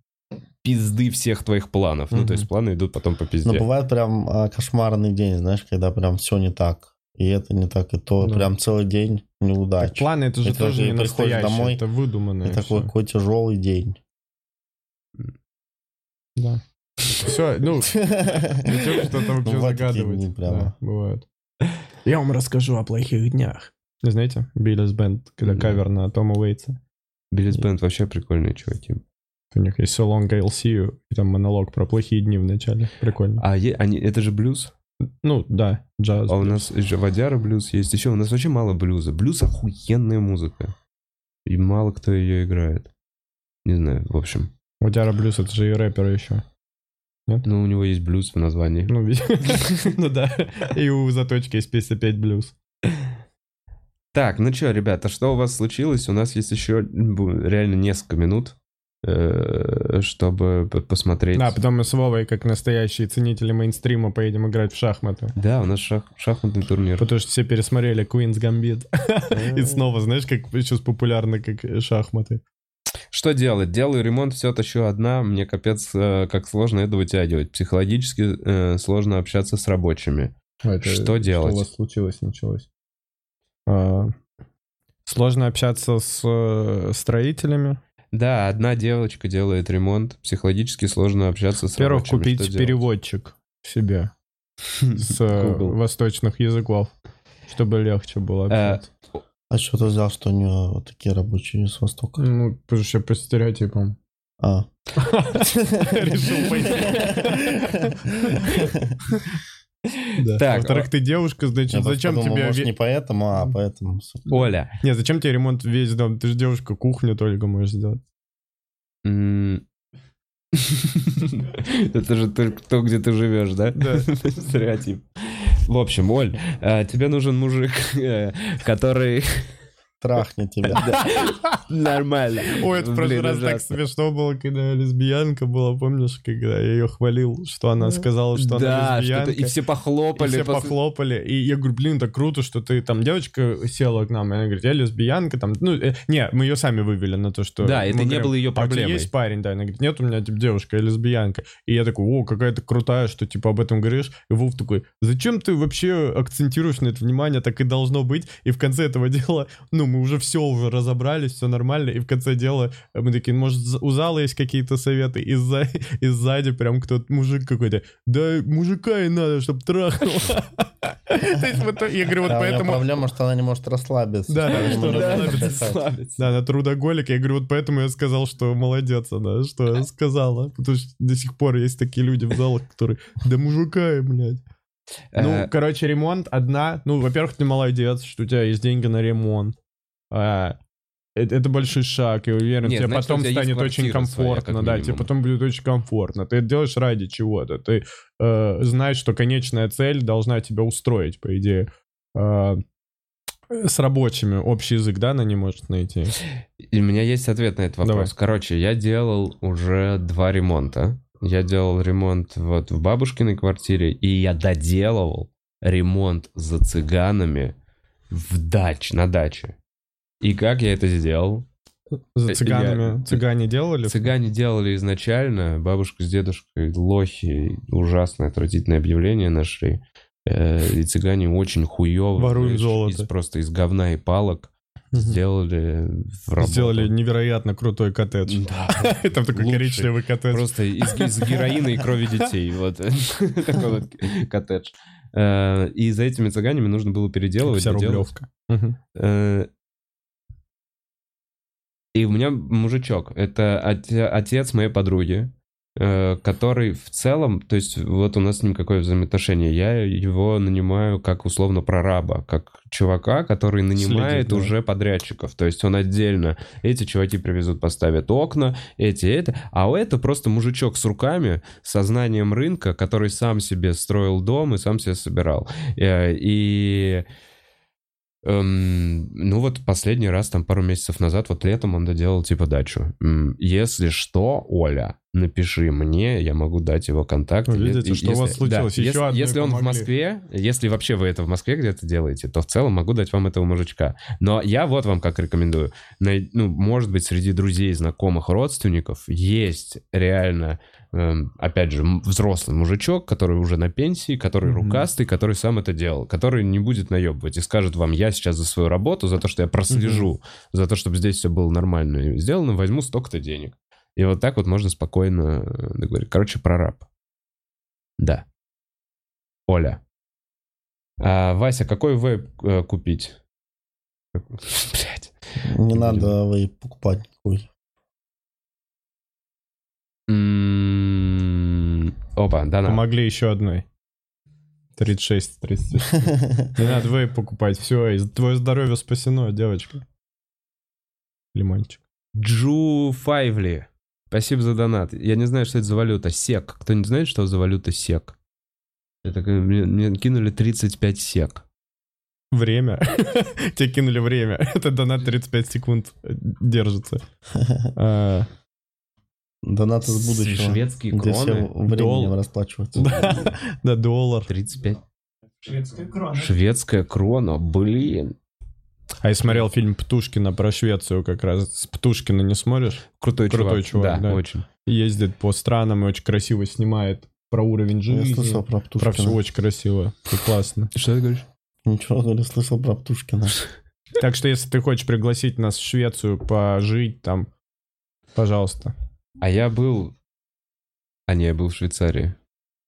A: пизды всех твоих планов. Ну, то есть планы идут потом по
C: Но
A: пизде.
C: бывает прям э, кошмарный день, знаешь, когда прям все не так. И это не так, и то.
B: Да.
C: Прям целый день неудач.
B: Планы это же
C: Это
B: тоже
C: же
B: не
C: приходишь
B: настоящие,
C: домой,
B: это выдуманное.
C: И такой
B: всё.
C: какой тяжелый день.
B: Да. Все, ну, зачем что-то
C: Ну,
B: вообще
C: вот такие дни
B: загадывать?
C: прямо.
B: Да, бывают. Я вам расскажу о плохих днях. Знаете, Биллис Бенд, когда
A: Мгм.
B: кавер на Тома Уэйтса.
A: Биллис Бенд вообще прикольные чуваки.
B: У них есть So Long I'll See You, и там монолог про плохие дни в начале. Прикольно.
A: А е- они, это же блюз.
B: Ну, да, джаз.
A: А у нас же водяра блюз есть. Еще у нас вообще мало блюза. Блюз охуенная музыка. И мало кто ее играет. Не знаю, в общем.
B: У Диара Блюз, это же и рэпер еще.
A: Но Ну, у него есть блюз в названии.
B: Ну, ви- ну да. И у Заточки есть песня 5 Блюз.
A: Так, ну что, ребята, что у вас случилось? У нас есть еще бу- реально несколько минут, э, чтобы п- посмотреть.
B: Да, потом мы с Вовой, как настоящие ценители мейнстрима, поедем играть в шахматы.
A: Да, у нас шах- шахматный турнир.
B: Потому что все пересмотрели Queen's Gambit. И снова, знаешь, как сейчас популярно, как э, шахматы.
A: Что делать? Делаю ремонт, все еще одна. Мне капец, э, как сложно это вытягивать. Психологически э, сложно общаться с рабочими. А Что делать?
B: Что Э, у вас случилось, началось? А, Сложно общаться с э, строителями.
A: Да, одна девочка делает ремонт. Психологически сложно общаться с
B: Во-первых,
A: рабочими.
B: купить
A: Что делать?
B: переводчик себе с э,
A: Google. Э,
B: восточных языков, чтобы легче было общаться.
C: А что ты взял, что у него вот такие рабочие с Востока?
B: Ну, потому что по стереотипам.
C: А.
B: Решил
A: Так,
B: Во-вторых, ты девушка,
C: Я
B: значит,
C: просто
B: зачем
C: подумал,
B: тебе...
C: Может,
B: ве-
C: не поэтому, а поэтому. сука.
A: Оля,
B: Не, зачем тебе ремонт весь дом? Ты же девушка, кухню только можешь сделать.
A: М. Это же только то, где ты живешь, да?
B: Да.
A: Стереотип. В общем, Оль, э, тебе нужен мужик, э, который
C: Трахни тебя. А
A: нормально.
B: Ой, это в прошлый
A: Блин,
B: раз так
A: ужасно.
B: смешно было, когда лесбиянка была, помнишь, когда я ее хвалил, что она сказала, что она
A: Да,
B: лесбиянка.
A: что-то- и все
B: И
A: похлопали.
B: все
A: после-
B: похлопали. И я говорю, блин, так круто, что ты там девочка села к нам. И она говорит, я лесбиянка. Там, ну, э, не, мы ее сами вывели на то, что...
A: Да, это
B: мы
A: не
B: говорим,
A: было её
B: «А у тебя
A: проблемой».
B: есть парень, да. Она говорит, нет, у меня типа девушка, я лесбиянка. И я такой, о, какая ты крутая, что типа об этом говоришь. И Вов такой, зачем ты вообще акцентируешь на это внимание, так и должно быть. И в конце этого дела, ну, мы уже все уже разобрались, все нормально. И в конце дела э, мы такие, может, з- у зала есть какие-то советы. И, сза- и сзади прям кто-то, мужик какой-то, да мужика и надо, чтобы трахнул. То есть вот, я говорю, вот
C: Да, у нее
B: поэтому...
C: проблема, что она не может расслабиться.
B: Да,
C: Она не
B: что
C: может
B: расслабиться.
C: отдыхать.
B: Да, она трудоголик. Я говорю, вот поэтому я сказал, что молодец она, что я сказала. Потому что до сих пор есть такие люди в залах, которые, да мужика и, блядь. Ну,
A: Э,
B: короче, ремонт одна. Ну, во-первых, ты молодец, что у тебя есть деньги на ремонт. А, Это, это большой шаг, я уверен,
A: Нет,
B: тебе
A: значит,
B: потом
A: у тебя есть
B: станет очень
A: квартира своя, как
B: комфортно, да, тебе
A: минимум.
B: потом будет очень комфортно. Ты это делаешь ради чего-то, ты э, знаешь, что конечная цель должна тебя устроить, по идее. Э, с рабочими общий язык, да, она не может найти.
A: И у меня есть ответ на этот вопрос.
B: Давай.
A: Короче, я делал уже два ремонта. Я делал ремонт вот в бабушкиной квартире, и я доделывал ремонт за цыганами в дач, на даче. И как я это сделал?
B: За
A: Э,
B: цыганами
A: я-
B: цыгане делали?
A: Цыгане делали изначально, бабушка с дедушкой, лохи, ужасное отвратительное объявление нашли. Э, И цыгане очень хуево.
B: Воруем
A: знаешь,
B: золото.
A: из- просто из говна и палок
B: Мгм.
A: сделали в работу.
B: Сделали невероятно крутой коттедж.
A: Да,
B: Там такой
A: Лучший.
B: коричневый коттедж.
A: Просто из, из героина и крови детей. Вот такой вот коттедж. Э, И за этими цыганами нужно было переделывать.
B: Вся
A: доделывать.
B: рублевка. Мгм.
A: Э, И у меня мужичок, это оте- отец моей подруги, э, который в целом, то есть вот у нас с ним какое взаимоотношение, я его нанимаю как условно прораба, как чувака, который нанимает
B: Следит, да.
A: уже подрядчиков, то есть он отдельно, эти чуваки привезут, поставят окна, эти, это, а у это просто мужичок с руками, со знанием рынка, который сам себе строил дом и сам себе собирал. Э, И Эм, ну вот последний раз, там пару месяцев назад, вот летом он доделал типа дачу. М, Если что, Оля, напиши мне, я могу дать его контакт.
B: Вы
A: Е-
B: Ну, видите,
A: и-
B: что у вас случилось? Еще
A: если,
B: одной
A: если он в
B: помогли.
A: Москве, если вообще вы это в Москве где-то делаете, то в целом могу дать вам этого мужичка. Но я вот вам как рекомендую. Най- Ну, может быть, среди друзей, знакомых, родственников есть реально, эм, опять же, м- взрослый мужичок, который уже на пенсии, который
B: Мгм.
A: рукастый, который сам это делал, который не будет наебывать и скажет вам, я сейчас за свою работу, за то, что я прослежу, за то, чтобы здесь все было нормально и сделано, возьму столько-то денег. И вот так вот можно спокойно э, договорить. Короче, прораб. Да. Оля. А, Вася, какой вейп э, купить? Блять.
C: Не надо вы покупать никакой.
A: М, М-м-м. Опа, Дана.
B: Помогли еще одной. 36, 36. Не надо вейп покупать. Все, твое здоровье спасено, девочка. Или мальчик.
A: Джу Файвли. Спасибо за донат. Я не знаю, что это за валюта. Сек. Кто не знает, что за валюта сек? Это как- мне, мне кинули 35 сек.
B: Время. Тебе кинули время. Это донат 35 секунд держится. А,
C: Донат из будущего.
A: Шведские
C: где все
A: кроны.
C: временем
B: доллар.
C: расплачиваются.
B: Да, да, доллар.
A: 35.
E: Шведская крона.
A: Шведская крона, блин.
B: А я смотрел фильм Птушкина про Швецию как раз. С Птушкина не смотришь?
A: Крутой,
B: Крутой чувак,
A: да,
B: да.
A: очень.
B: Ездит по странам и очень красиво снимает про уровень
C: Я
B: жизни.
C: слышал
B: Про
C: про
B: все
C: Птушкина.
B: очень красиво и классно.
A: Что ты говоришь?
C: Ничего, говорю, слышал про Птушкина.
B: Так что, если ты хочешь пригласить нас в Швецию пожить там, пожалуйста.
A: А я был... А не, я был в Швейцарии.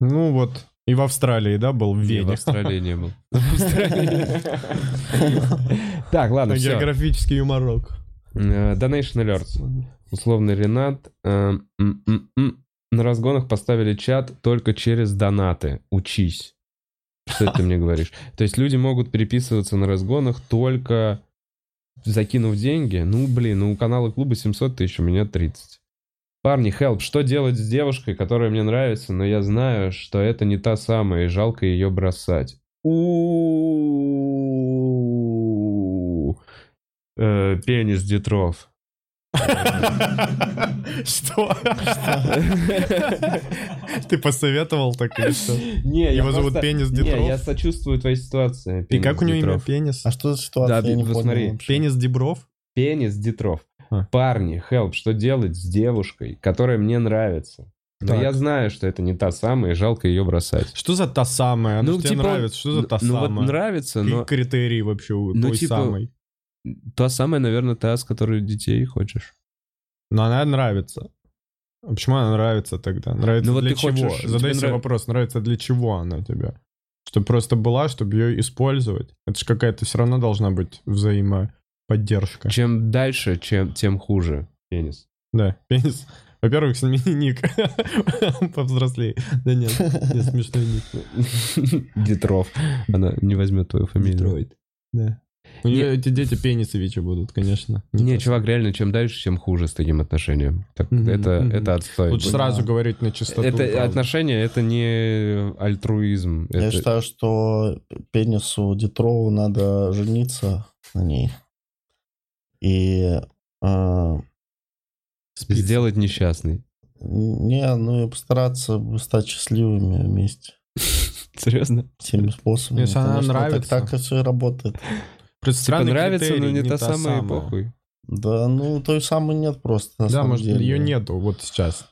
B: Ну вот, и в Австралии, да, был в
A: Я в
B: Вене.
A: Австралии не был. Так, ладно, все.
B: Географический юморок.
A: Donation Alert. Условный Ренат. Э, м, м, м. На разгонах поставили чат только через донаты. Учись. Что это ты мне говоришь? То есть люди могут переписываться на разгонах только закинув деньги. Ну, блин, ну у канала клуба 700 тысяч, у меня 30. Парни, хелп, что делать с девушкой, которая мне нравится, но я знаю, что это не та самая, и жалко ее бросать. У-у-у. Э, Пенис Детров.
B: Что? Ты посоветовал так или что?
A: Не,
B: Его зовут Пенис
A: Не, я
B: Дебров.
A: сочувствую твоей ситуации.
B: И
A: Пенис
B: как у него имя?
A: Детров.
B: Пенис?
C: А что за ситуация?
A: Да,
C: Я не
A: вот
C: понял
A: смотри,
C: вообще.
B: Пенис Дебров?
A: Пенис Детров.
B: А.
A: Парни, хелп, что делать с девушкой, которая мне нравится? Но
B: Так.
A: я знаю, что это не та самая, и жалко ее бросать.
B: Что за та самая? Она
A: Ну,
B: же тебе
A: типа,
B: нравится. Что за та
A: ну, вот
B: самая?
A: нравится,
B: Какие
A: но
B: критерии вообще у
A: Ну,
B: той
A: типа-
B: самой?
A: та самая, наверное, та, с которой детей хочешь.
B: Но она нравится. А Почему она нравится тогда? Нравится
A: Ну, вот
B: для
A: ты
B: чего?
A: хочешь,
B: Задай
A: тебе
B: себе
A: нрав-
B: вопрос, нравится для чего она тебе? Чтобы просто была, чтобы ее использовать. Это же какая-то все равно должна быть взаимоподдержка.
A: Чем дальше, чем, тем хуже. Пенис.
B: Да, пенис. Во-первых, сними ник. Повзрослей. Да нет, не смешной ник.
A: Детров. Она не возьмет твою фамилию.
B: Да. У нее эти дети пенисовичи будут, конечно.
A: Не, чувак, реально, чем дальше, чем хуже с таким отношением. Так,
B: Мгм,
A: это,
B: мгм.
A: это отстой.
B: Лучше
C: Да.
B: сразу говорить на чистоту.
A: это
B: правда.
A: отношение, это не альтруизм.
C: Я
A: это-
C: считаю, что пенису Детрову надо жениться на ней. И... а,
A: Сделать несчастный.
C: не, ну и постараться стать счастливыми вместе.
A: Серьезно?
C: Всеми способами.
B: Если она
C: Конечно, так-
B: нравится.
C: Так, и все и работает.
B: Просто
A: Типа
B: странный
A: нравится, но
B: критерий,
A: не та, самая,
B: самая.
A: похуй.
C: Да, ну той самой нет просто. на
B: Да,
C: самом
B: может,
C: деле.
B: ее нету вот сейчас.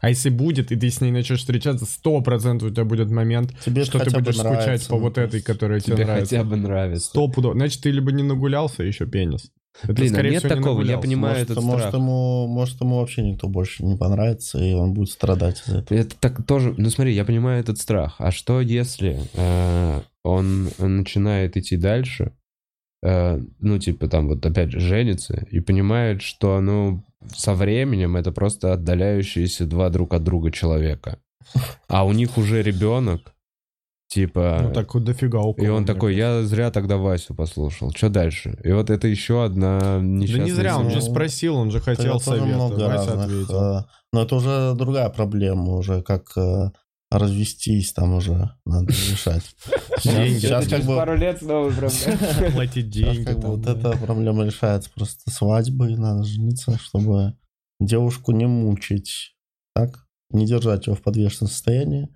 B: А если будет, и ты с ней начнешь встречаться, сто процентов у тебя будет момент,
C: Тебе
B: что ты
C: хотя бы
B: будешь скучать
C: нравится,
B: по
C: ну,
B: вот
C: то
B: этой,
C: есть-
B: которая тебе
A: Тебе хотя
B: нравится.
A: бы нравится.
B: Сто пудов. Значит, ты либо не нагулялся еще пенис. Это,
A: Блин, а
B: скорее
A: нет
B: всего, не
A: такого, я
B: нагулялся.
A: понимаю
C: может,
A: этот
C: может,
A: страх.
C: ему, может, ему вообще никто больше не понравится, и он будет страдать из-за этого.
A: Это так тоже... Ну смотри, я понимаю этот страх. А что если э, он начинает идти дальше, э, ну типа там вот опять же женится, и понимает, что ну со временем это просто отдаляющиеся два друг от друга человека. А у них уже ребенок, типа...
B: Ну, так вот дофига около.
A: И он такой, я зря тогда Васю послушал. Что дальше? И вот это еще одна
B: Да
A: несчастная...
B: не зря, он же
C: Ну,
B: спросил, он же
C: Тогда
B: хотел
C: тоже
B: совета.
C: много
B: Вася
C: разных,
B: ответил.
C: э, но это уже другая проблема, уже как э, развестись там уже надо решать.
B: Деньги.
C: Сейчас
B: Это
C: как бы
A: лет снова
B: Платить
C: сейчас
B: деньги.
C: как бы
B: там,
C: вот
B: да.
C: эта проблема решается просто свадьбой, надо жениться, чтобы девушку не мучить, так? Не держать ее в подвешенном состоянии,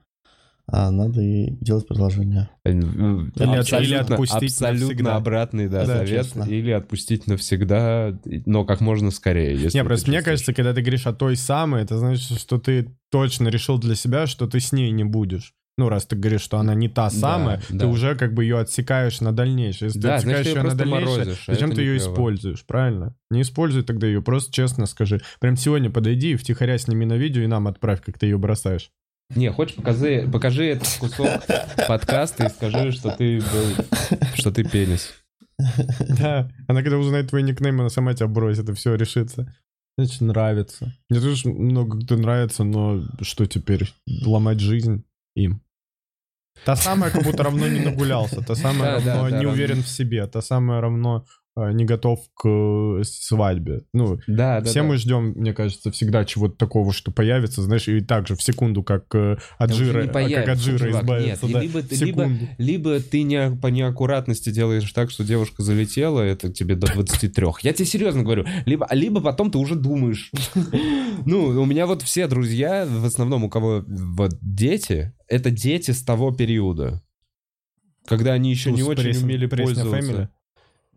C: а надо и делать предложение.
A: Или,
C: или
B: отпустить
A: Абсолютно
B: навсегда.
A: обратный, да,
C: Да,
A: совет.
C: честно.
A: Или отпустить навсегда, но как можно скорее. если
B: Не,
A: ты
B: просто мне
A: чувствуешь.
B: кажется, когда ты говоришь о той самой, это значит, что ты точно решил для себя, что ты с ней не будешь. Ну, раз ты говоришь, что она не та самая, ты
A: да.
B: уже как бы ее отсекаешь на дальнейшее. Если
A: Да,
B: ты
A: значит,
B: отсекаешь
A: ты её
B: ее на
A: просто
B: дальнейшее,
A: морозишь, а
B: зачем
A: это
B: ты
A: не
B: ее
A: клево.
B: используешь, правильно? Не используй тогда ее, просто честно скажи. Прям сегодня подойди и втихаря сними на видео и нам отправь, как ты ее бросаешь.
A: Не, хочешь, покажи, покажи этот кусок подкаста и скажи, что ты был... Что ты пенис.
B: Да, она когда узнает твой никнейм, она сама тебя бросит, и все решится.
D: Значит, нравится.
B: Мне тоже много кто нравится, но что теперь? Ломать жизнь им. Та самая, как будто равно не нагулялся, та самая
A: Да, да,
B: равно
A: да,
B: не
A: равно.
B: уверен в себе, та самая равно э, не готов к э, свадьбе. Ну,
A: Да, да.
B: все
A: да.
B: мы ждем, мне кажется, всегда чего-то такого, что появится, знаешь, и так же в секунду, как э, от
A: Да уже
B: жира,
A: не
B: а как
A: появится,
B: от жира
A: чувак,
B: избавиться,
A: нет,
B: да,
A: либо ты-
B: в
A: либо-
B: секунду.
A: Либо ты не, по неаккуратности делаешь так, что девушка залетела, это тебе до 23. Я тебе серьезно говорю. Либо, а либо потом ты уже думаешь. Ну, у меня вот все друзья, в основном у кого вот дети, это дети с того периода. Когда они еще
B: Ну,
A: не
B: с
A: очень
B: Пресня-
A: умели
B: Пресня Family?
A: пользоваться.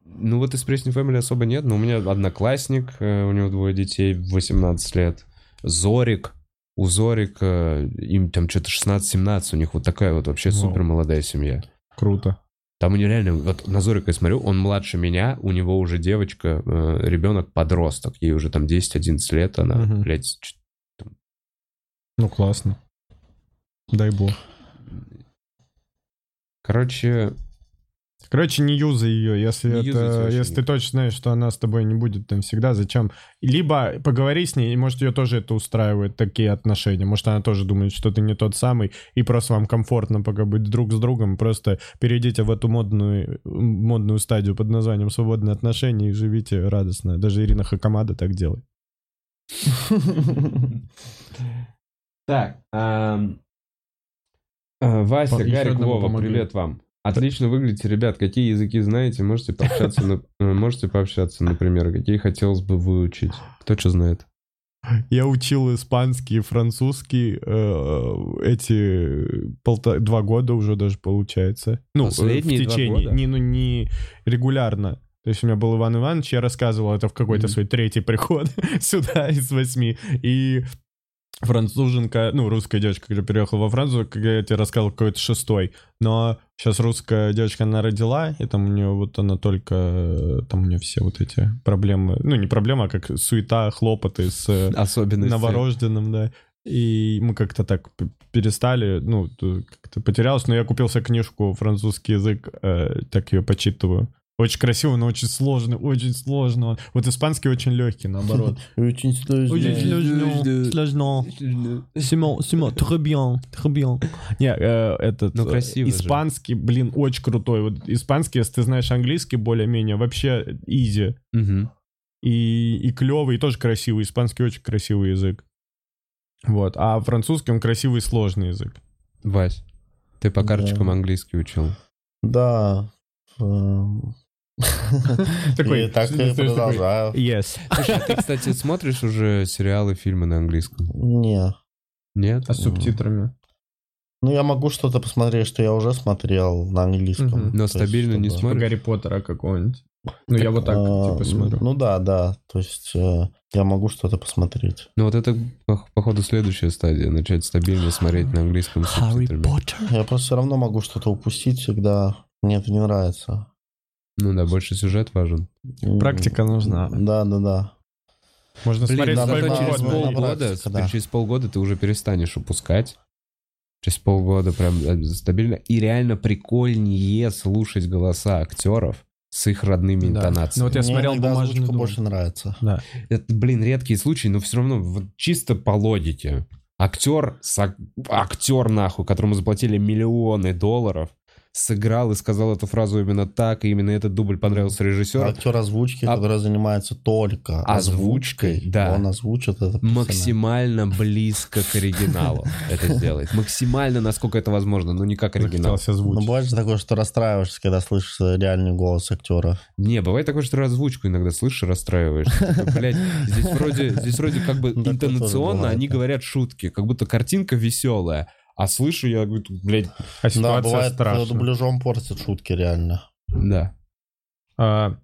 A: Ну вот из Пресни Фэмили особо нет, но у меня одноклассник, э, у него двое детей, 18 лет. Зорик. У Зорика э, им там что-то 16-17, у них вот такая вот вообще
B: Вау.
A: супер молодая семья.
B: Круто.
A: Там у него реально, вот на Зорика я смотрю, он младше меня, у него уже девочка, э, ребенок подросток, ей уже там 10-11 лет, она,
B: Мгм.
A: блядь, чё-
B: Ну, классно. Дай бог.
A: короче,
B: Короче, не юзай ее, если,
A: Не
B: это-
A: юзайте вообще
B: если ты
A: никак.
B: точно знаешь, что она с тобой не будет там всегда, зачем? Либо поговори с ней, и, может, ее тоже это устраивает, такие отношения. Может, она тоже думает, что ты не тот самый, и просто вам комфортно пока быть друг с другом. Просто перейдите в эту модную, модную стадию под названием «свободные отношения» и живите радостно. Даже Ирина Хакамада так делает.
A: Так. эм, э, Вася,
B: По- ещё
A: Гарик,
B: одному
A: Вова,
B: помогли.
A: привет вам. Отлично выглядите, ребят. Какие языки знаете? Можете пообщаться, на- э, можете пообщаться, например, какие хотелось бы выучить. Кто что знает?
B: Я учил испанский и французский э, эти полта- два года уже даже получается. Ну, э,
A: Последние
B: в
A: два
B: течение,
A: года?
B: Не, ну не регулярно. То есть у меня был Иван Иванович, я рассказывал это в какой-то
A: Мгм.
B: свой третий приход сюда из восьми. И француженка, ну, русская девочка, когда переехала во Францию, как я тебе рассказывал, какой-то шестой. Но сейчас русская девочка, она родила, и там у нее вот она только... э, Там у нее все вот эти проблемы... Ну, не проблемы, а как суета, хлопоты с... э,
A: Особенности.
B: новорожденным, да. И мы как-то так п- перестали, ну, т- как-то потерялось. Но я купил себе книжку «Французский язык», э, так ее почитываю. Очень красиво, но очень сложно, очень сложно. Вот испанский очень легкий, наоборот.
C: Очень сложно.
B: сложно. Сложно. Симо, Симо, très bien, très bien. Не, э, этот
A: Ну,
B: э,
A: красиво же.
B: испанский, блин, очень крутой. Вот испанский, если ты знаешь английский более-менее, вообще изи.
A: Мгм.
B: и, и клевый, и тоже красивый. Испанский очень красивый язык. Вот. А французский он красивый и сложный язык.
A: Вась, ты по карточкам
C: Да.
A: английский учил.
C: Да. эм, И так и продолжаю.
B: Yes.
A: Слушай, а ты, кстати, смотришь уже сериалы, фильмы на английском?
C: Не.
A: Нет?
B: А с субтитрами?
C: Ну, я могу что-то посмотреть, что я уже смотрел на английском.
B: Мгм.
A: Но
C: То есть,
A: стабильно не
C: чтобы-
A: смотришь?
B: Гарри Поттера какого-нибудь. Ну, я вот так,
C: А,
B: типа, смотрю.
C: Ну да, да. То есть э, я могу что-то посмотреть.
A: Ну вот это, пох- походу, следующая стадия. Начать стабильно смотреть на английском с субтитрами.
C: Я просто все равно могу что-то упустить всегда. Мне это не нравится.
A: Ну да, больше сюжет важен.
C: М,
B: Практика нужна.
C: Да, да, да.
B: Можно
A: Блин,
B: смотреть
C: надо
A: зато
B: сколько
C: было
A: через
C: через
B: угодно.
C: пол-
A: полгода,
C: практика, да.
A: через полгода ты уже перестанешь упускать. Через полгода прям э, стабильно. И реально прикольнее слушать голоса актеров с их родными
B: Да. Ну,
A: интонациями.
B: вот я
C: Мне
B: смотрел
C: иногда
B: «Бумажный
C: озвучка
B: дом».
C: больше нравится.
A: Это, блин, редкий случай, но все равно вот чисто по логике. Актер, с ак- актер нахуй, которому заплатили миллионы долларов, сыграл и сказал эту фразу именно так, и именно этот дубль понравился режиссеру.
C: Актер озвучки,
A: А-
C: который занимается только
A: Озвучкой,
C: озвучкой,
A: да.
C: он озвучит это. профессионально.
A: максимально близко к оригиналу это сделает. Максимально, насколько это возможно, но не как оригинал.
B: Захотелось
C: Ну,
B: озвучить.
C: бывает же такое, что расстраиваешься, когда слышишь э, реальный голос актера.
A: Не, бывает такое, что ты озвучку иногда слышишь, и расстраиваешься. Такой, Блядь, здесь вроде, здесь вроде как бы
C: Ну, такое тоже
A: интонационно
C: бывает,
A: они
C: да.
A: говорят шутки, как будто картинка веселая, а слышу я, говорю, блядь,
B: А
C: Да,
B: ситуация
C: бывает, э,
B: страшная.
C: дубляжом портят шутки реально.
A: да.
B: А,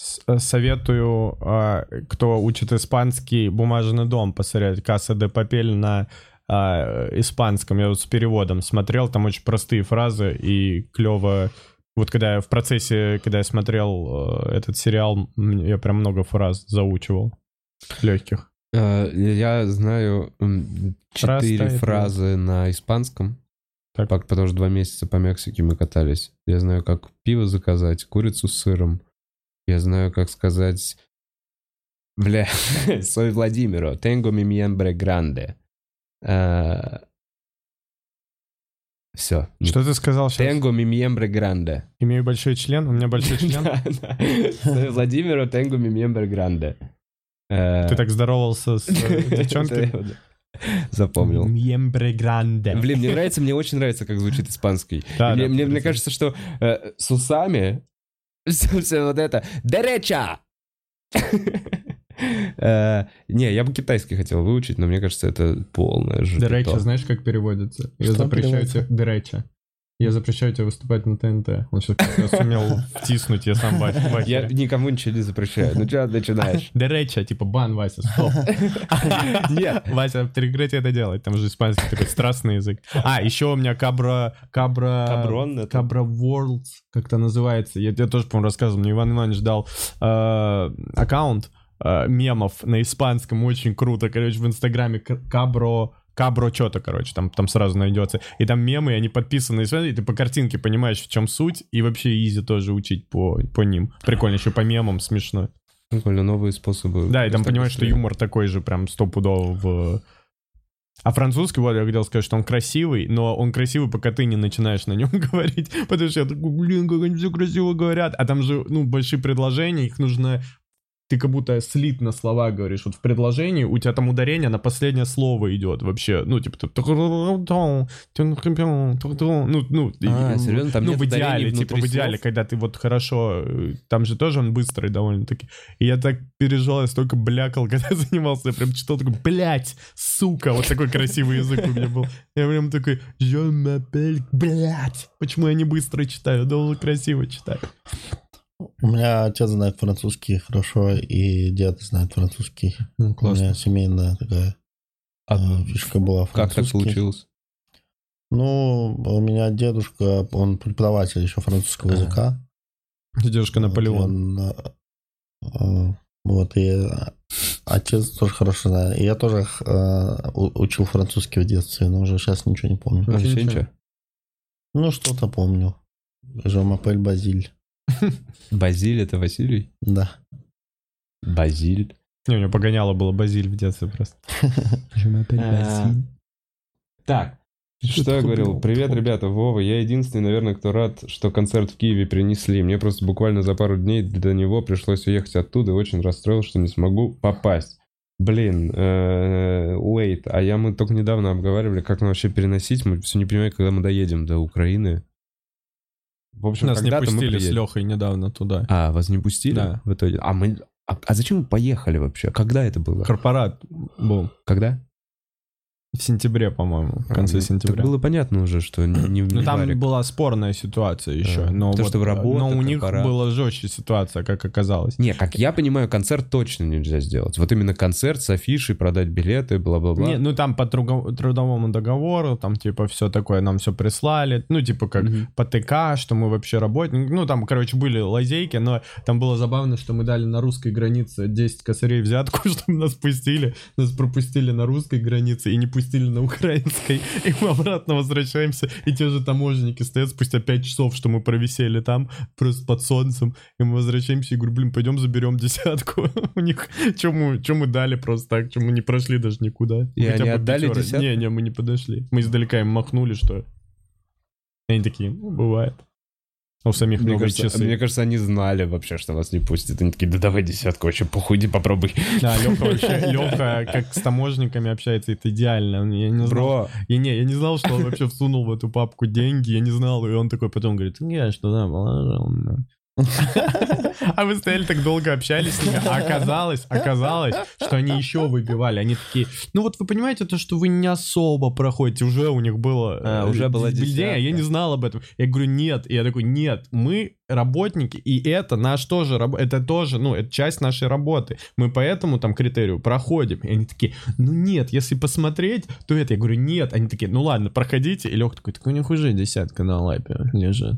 B: с- э, Советую, а, кто учит испанский, «Бумажный дом» посмотреть. «Касса де Папель» на а, испанском. Я вот с переводом смотрел, там очень простые фразы и клево. Вот когда я в процессе, когда я смотрел э, этот сериал, м, я прям много фраз заучивал. Легких.
A: Э, Я знаю м,
B: Раз
A: четыре
B: тает,
A: фразы на испанском,
B: Так.
A: пок- потому что два месяца по Мексике мы катались. Я знаю, как пиво заказать, курицу с сыром. Я знаю, как сказать Бля, soy Владимиро, tengo mi miembro grande. Э, Все.
B: Что ты сказал сейчас?
A: Tengo mi miembro grande.
B: Имею большой член, у меня большой член.
A: Да, да. Soy Владимиро, tengo mi miembro grande. Э,
B: Ты так здоровался с э, девчонкой?
A: да, да. Запомнил.
B: Мьембре гранде.
A: Блин, мне нравится, мне очень нравится, как звучит испанский.
B: Да,
A: мне, мне-
B: да,
A: мне
B: прекрасно.
A: кажется, что э, с усами все, вот это «Дереча!» Э, Не, я бы китайский хотел выучить, но мне кажется, это полная
E: Дереча,
A: жуть.
E: знаешь, как переводится? Я
C: Что
E: запрещаю
C: переводится?
E: тебе... Дереча. Я запрещаю тебе выступать на ТНТ. Он сейчас
B: Сумел втиснуть, я сам
A: Я
B: бачу.
A: никому ничего не запрещаю. Ну что начинаешь?
B: Дереча, типа бан, Вася, стоп.
A: Нет.
B: Вася, прекрати это делать, там же испанский такой страстный язык. А, еще у меня кабра... Кабра...
A: Каброн это-
B: Кабра Worlds, как-то называется. Я, я тоже, по-моему, рассказывал, мне Иван Иванович дал э, аккаунт э, мемов на испанском, очень круто, короче, в Инстаграме К- Кабро... Кабро что-то, короче, там, там сразу найдется. И там мемы, и они подписаны, и смотри, ты по картинке понимаешь, в чем суть, и вообще изи тоже учить по, по ним. Прикольно, еще по мемам смешно.
A: Прикольно, новые способы.
B: Да, и там
A: Просто
B: понимаешь, что
A: быстрее.
B: юмор такой же прям стопудово в... А французский, вот я хотел сказать, что он красивый, но он красивый, пока ты не начинаешь на нем говорить. Потому что я такой, блин, как они все красиво говорят. А там же, ну, большие предложения, их нужно... Ты как будто слит на слова говоришь. Вот в предложении у тебя там ударение на последнее слово идет вообще. Ну, типа... ты- Ну, ну,
A: А,
B: и-
A: серьезно? Там
B: ну,
A: нет
B: в
A: ударений
B: идеале,
A: внутри
B: типа, в идеале,
A: слов?
B: когда ты вот хорошо, э, там же тоже он быстрый довольно-таки. И я так переживал, я столько блякал, когда занимался, я прям читал, такой, блядь, сука, вот такой красивый язык у меня был. Я прям такой, «Je m'appelle», блядь, почему я не быстро читаю, я должен красиво читать.
C: У меня отец знает французский хорошо, и дед знает французский.
E: Ну,
C: У
E: классно.
C: меня семейная такая э, фишка была
A: А Как так
C: французский.
A: получилось?
C: Ну, у меня дедушка, он преподаватель еще французского
A: Ага.
C: языка.
B: Дедушка
C: Вот,
B: Наполеон.
C: и он, э, э, Вот, и э, отец тоже хорошо знает. И я тоже э, у- учил французский в детстве, но уже сейчас ничего не помню.
E: Вообще
A: Вообще
E: ничего.
A: ничего.
C: Ну, что-то помню. Жамапель Базиль.
A: Базиль это Василий?
C: Да.
A: Базиль.
B: Не, у него погоняло было Базиль в детстве просто.
A: Э,
B: Э,
A: Так. Что я говорил? Привет, ребята, Вова. Я единственный, наверное, кто рад, что концерт в Киеве принесли. Мне просто буквально за пару дней до него пришлось уехать оттуда и очень расстроил, что не смогу попасть. Блин, э, wait, а я мы только недавно обговаривали, как нам вообще переносить. Мы все не понимаем, когда мы доедем до Украины. В общем,
B: Нас не
A: ну, когда-то мы
B: пустили с
A: приедем.
B: Лехой недавно туда.
A: А, вас не пустили?
B: Да.
A: В итоге. А мы. А, а зачем мы поехали вообще? Когда это было?
B: Корпорат был
A: Когда?
B: в сентябре, по-моему, в конце
A: Ну,
B: сентября.
A: Так было понятно уже, что не, не
B: Ну
A: не
B: там
A: варик.
B: была спорная ситуация еще,
A: Да.
B: но
A: То,
B: вот,
A: Э, что работа,
B: но у них
A: корпорат.
B: была жестче ситуация, как оказалось.
A: Не, как я понимаю, концерт точно нельзя сделать. Вот именно концерт с афишей, продать билеты, бла-бла-бла.
B: Не, ну там по труго- трудовому договору, там типа все такое, нам все прислали, ну типа как
A: Мгм.
B: по ТК, что мы вообще работники, ну там, короче, были лазейки, но там было забавно, что мы дали на русской границе 10 косарей взятку, чтобы нас пустили, нас пропустили на русской границе и не пустили на украинской, и мы обратно возвращаемся, и те же таможенники стоят спустя 5 часов, что мы провисели там, просто под солнцем, и мы возвращаемся и говорю, блин, пойдем заберем десятку у них, чем мы, чё мы дали просто так, чем мы не прошли даже никуда.
A: И они
B: бы
A: отдали
B: пятёры.
A: десятку?
B: Не, не, мы не подошли, мы издалека им махнули, что и они такие, ну, бывает. А у самих
A: Мне
B: новые
A: кажется,
B: часы.
A: мне кажется, они знали вообще, что вас не пустят. Они такие, да давай десятку, вообще похуй, иди попробуй.
B: Да, Леха вообще, Леха как с таможниками общается, это идеально. Он- Я не знал,
A: Бро,
B: я, не, я не знал, что он вообще всунул в эту папку деньги, я не знал, и он такой потом говорит, я что да, положил. да». А вы стояли так долго, общались с ними, а оказалось, оказалось, что они еще выбивали. Они такие, ну вот вы понимаете то, что вы не особо проходите, уже у них было...
A: А,
B: э,
A: уже была
B: идея,
A: десятка.
B: Я не знал об этом. Я говорю, нет. И я такой, нет, мы работники, и это наш тоже, раб- это тоже, ну, это часть нашей работы. Мы по этому там критерию проходим. И они такие, ну нет, если посмотреть, то это. Я говорю, нет. Они такие, ну ладно, проходите. И Лех такой, так у них уже десятка на лапе лежит.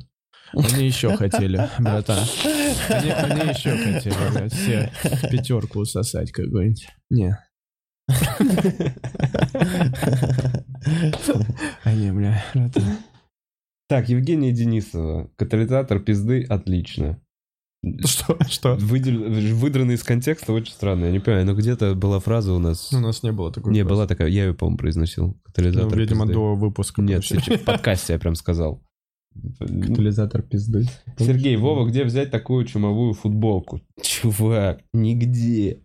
B: Они еще хотели, братан. Они, они еще хотели, блядь, все пятерку сосать какую-нибудь. Не. Они, А бля, братан.
A: Так, Евгения Денисова. Катализатор пизды, отлично.
B: Что? Что?
A: Выдел- Выдранный из контекста очень странно. Я не понимаю, но где-то была фраза у нас...
B: У нас не было такой.
A: Не,
B: фразы.
A: была такая, я ее, по-моему, произносил.
B: Ну,
A: Катализатор
B: видимо,
A: пизды.
B: до выпуска.
A: Нет, типа,
B: вообще.
A: сейчас в подкасте я прям сказал.
F: Катализатор пизды.
A: Сергей, Вова, где взять такую чумовую футболку? Чувак, нигде.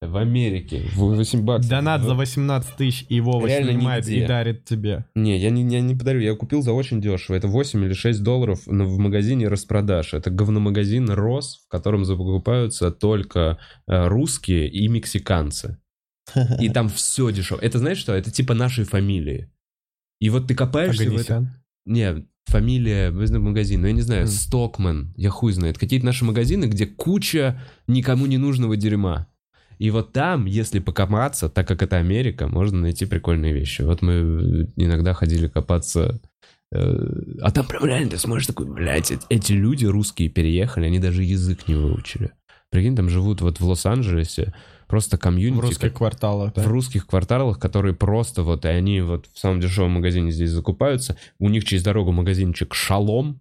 A: В Америке. В 8 баксов.
B: Донат за 18 тысяч и Вова
A: Реально
B: снимает
A: нигде.
B: и дарит тебе.
A: Не, я не, я не подарю, я купил за очень дешево. Это 8 или 6 долларов на- в магазине распродаж. Это говномагазин «Рос», в котором закупаются только э, русские и мексиканцы. И там все дешево. Это знаешь что? Это типа нашей фамилии. И вот ты копаешься в этом.
B: Аганесян.
A: Не, фамилия, вы знаете, магазин, ну я не знаю, Стокман, я хуй знает. Какие-то наши магазины, где куча никому не нужного дерьма. И вот там, если покопаться, так как это Америка, можно найти прикольные вещи. Вот мы э, иногда ходили копаться. э, А там прям реально ты смотришь такой, блядь, эт- эти люди русские переехали, они даже язык не выучили. Прикинь, там живут вот в Лос-Анджелесе, просто комьюнити.
B: В русских кварталах. да.
A: Типа, В русских кварталах, которые просто вот, и они вот в самом дешевом магазине здесь закупаются, у них через дорогу магазинчик «Шалом»,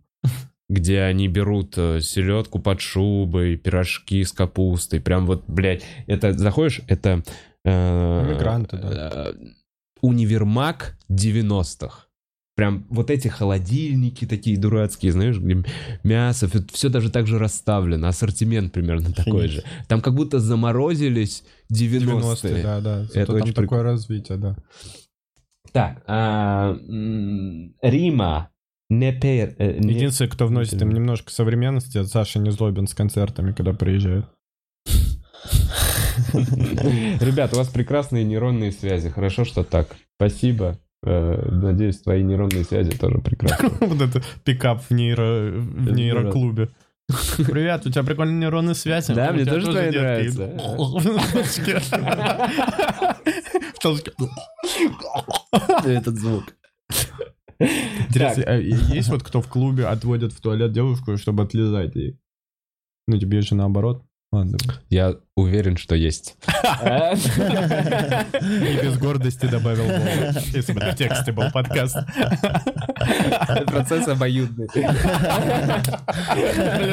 A: где они берут э, селедку под шубой, пирожки с капустой, прям вот, блядь, это, заходишь, это... э,
B: Мигранты, да.
A: э, Универмаг 90-х. Прям вот эти холодильники такие дурацкие, знаешь, где мясо, все даже так же расставлено, ассортимент примерно такой
C: Офигеть.
A: же. Там как будто заморозились 90-е.
B: 90-е, да, да.
A: Это
B: Зато
A: очень
B: там такое развитие, да.
A: Так, а, м, Рима. Не пер- э, не-
B: Единственное, кто вносит им немножко современности, это Саша Незлобин с концертами, когда приезжает.
A: Ребят, у вас прекрасные нейронные связи. Хорошо, что так. Спасибо. Э, Надеюсь, твои нейронные связи тоже прекрасны.
B: Вот это пикап в, нейро... в нейроклубе. Привет, у тебя прикольные нейронные связи.
A: Да,
B: У
A: мне
B: тебя
A: тоже твои
B: детки. В толчке.
A: Этот звук.
B: Интересно, а есть вот кто в клубе отводит в туалет девушку, чтобы отлезать ей? Ну, тебе же наоборот. Ладно.
A: Я уверен, что есть.
B: И без гордости добавил Вова. Если бы это в тексте был подкаст.
A: Процесс обоюдный.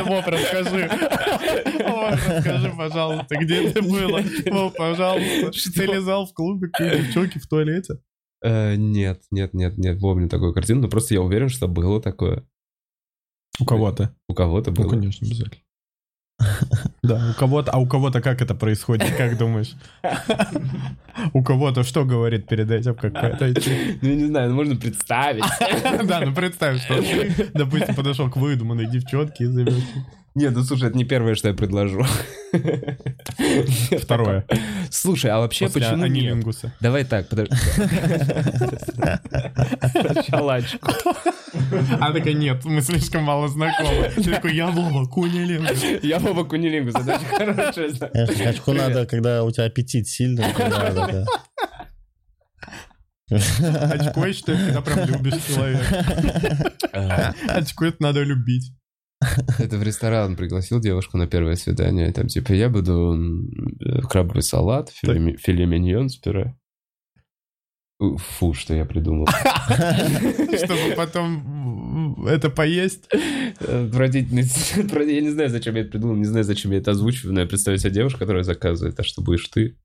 B: Вов, расскажи. Вов, расскажи, пожалуйста, где это было? Вов, пожалуйста. Ты лизал в клубе к девчонке в туалете?
A: Э, Нет, нет, нет, нет, помню такую картину, но просто я уверен, что было такое.
B: У кого-то.
A: У кого-то
B: Ну,
A: было.
B: конечно, обязательно. Да, у кого-то, а у кого-то как это происходит, как думаешь? У кого-то что говорит перед этим, как отойти?
A: Ну, я не знаю, ну, можно представить.
B: Да, ну представь, что ты, допустим, подошел к выдуманной девчонке и завел.
A: Нет, ну слушай, это не первое, что я предложу.
B: Второе.
A: Слушай, а вообще
B: После
A: почему нет?
B: анилингуса.
A: Давай так, подожди. Сначала очко.
B: А такая, нет, мы слишком мало знакомы. Ты такой, я Вова, кунилингус.
A: Я Вова Кунилингус, это очень хорошая знак.
C: Конечно, очку надо, когда у тебя аппетит сильный. тогда надо, да.
B: Очко, я считаю, когда прям любишь человека.
A: А,
B: Очко это надо любить.
A: Это в ресторан пригласил девушку на первое свидание. и Там типа, я буду м, э, крабовый салат, филе ми- филе миньон с пюре. У, Фу, что я придумал.
B: Чтобы потом это поесть.
A: Отвратительный. отвра- Я Э, не знаю, зачем я это придумал, не знаю, зачем я это озвучиваю, но я представляю себе девушку, которая заказывает, а что будешь ты?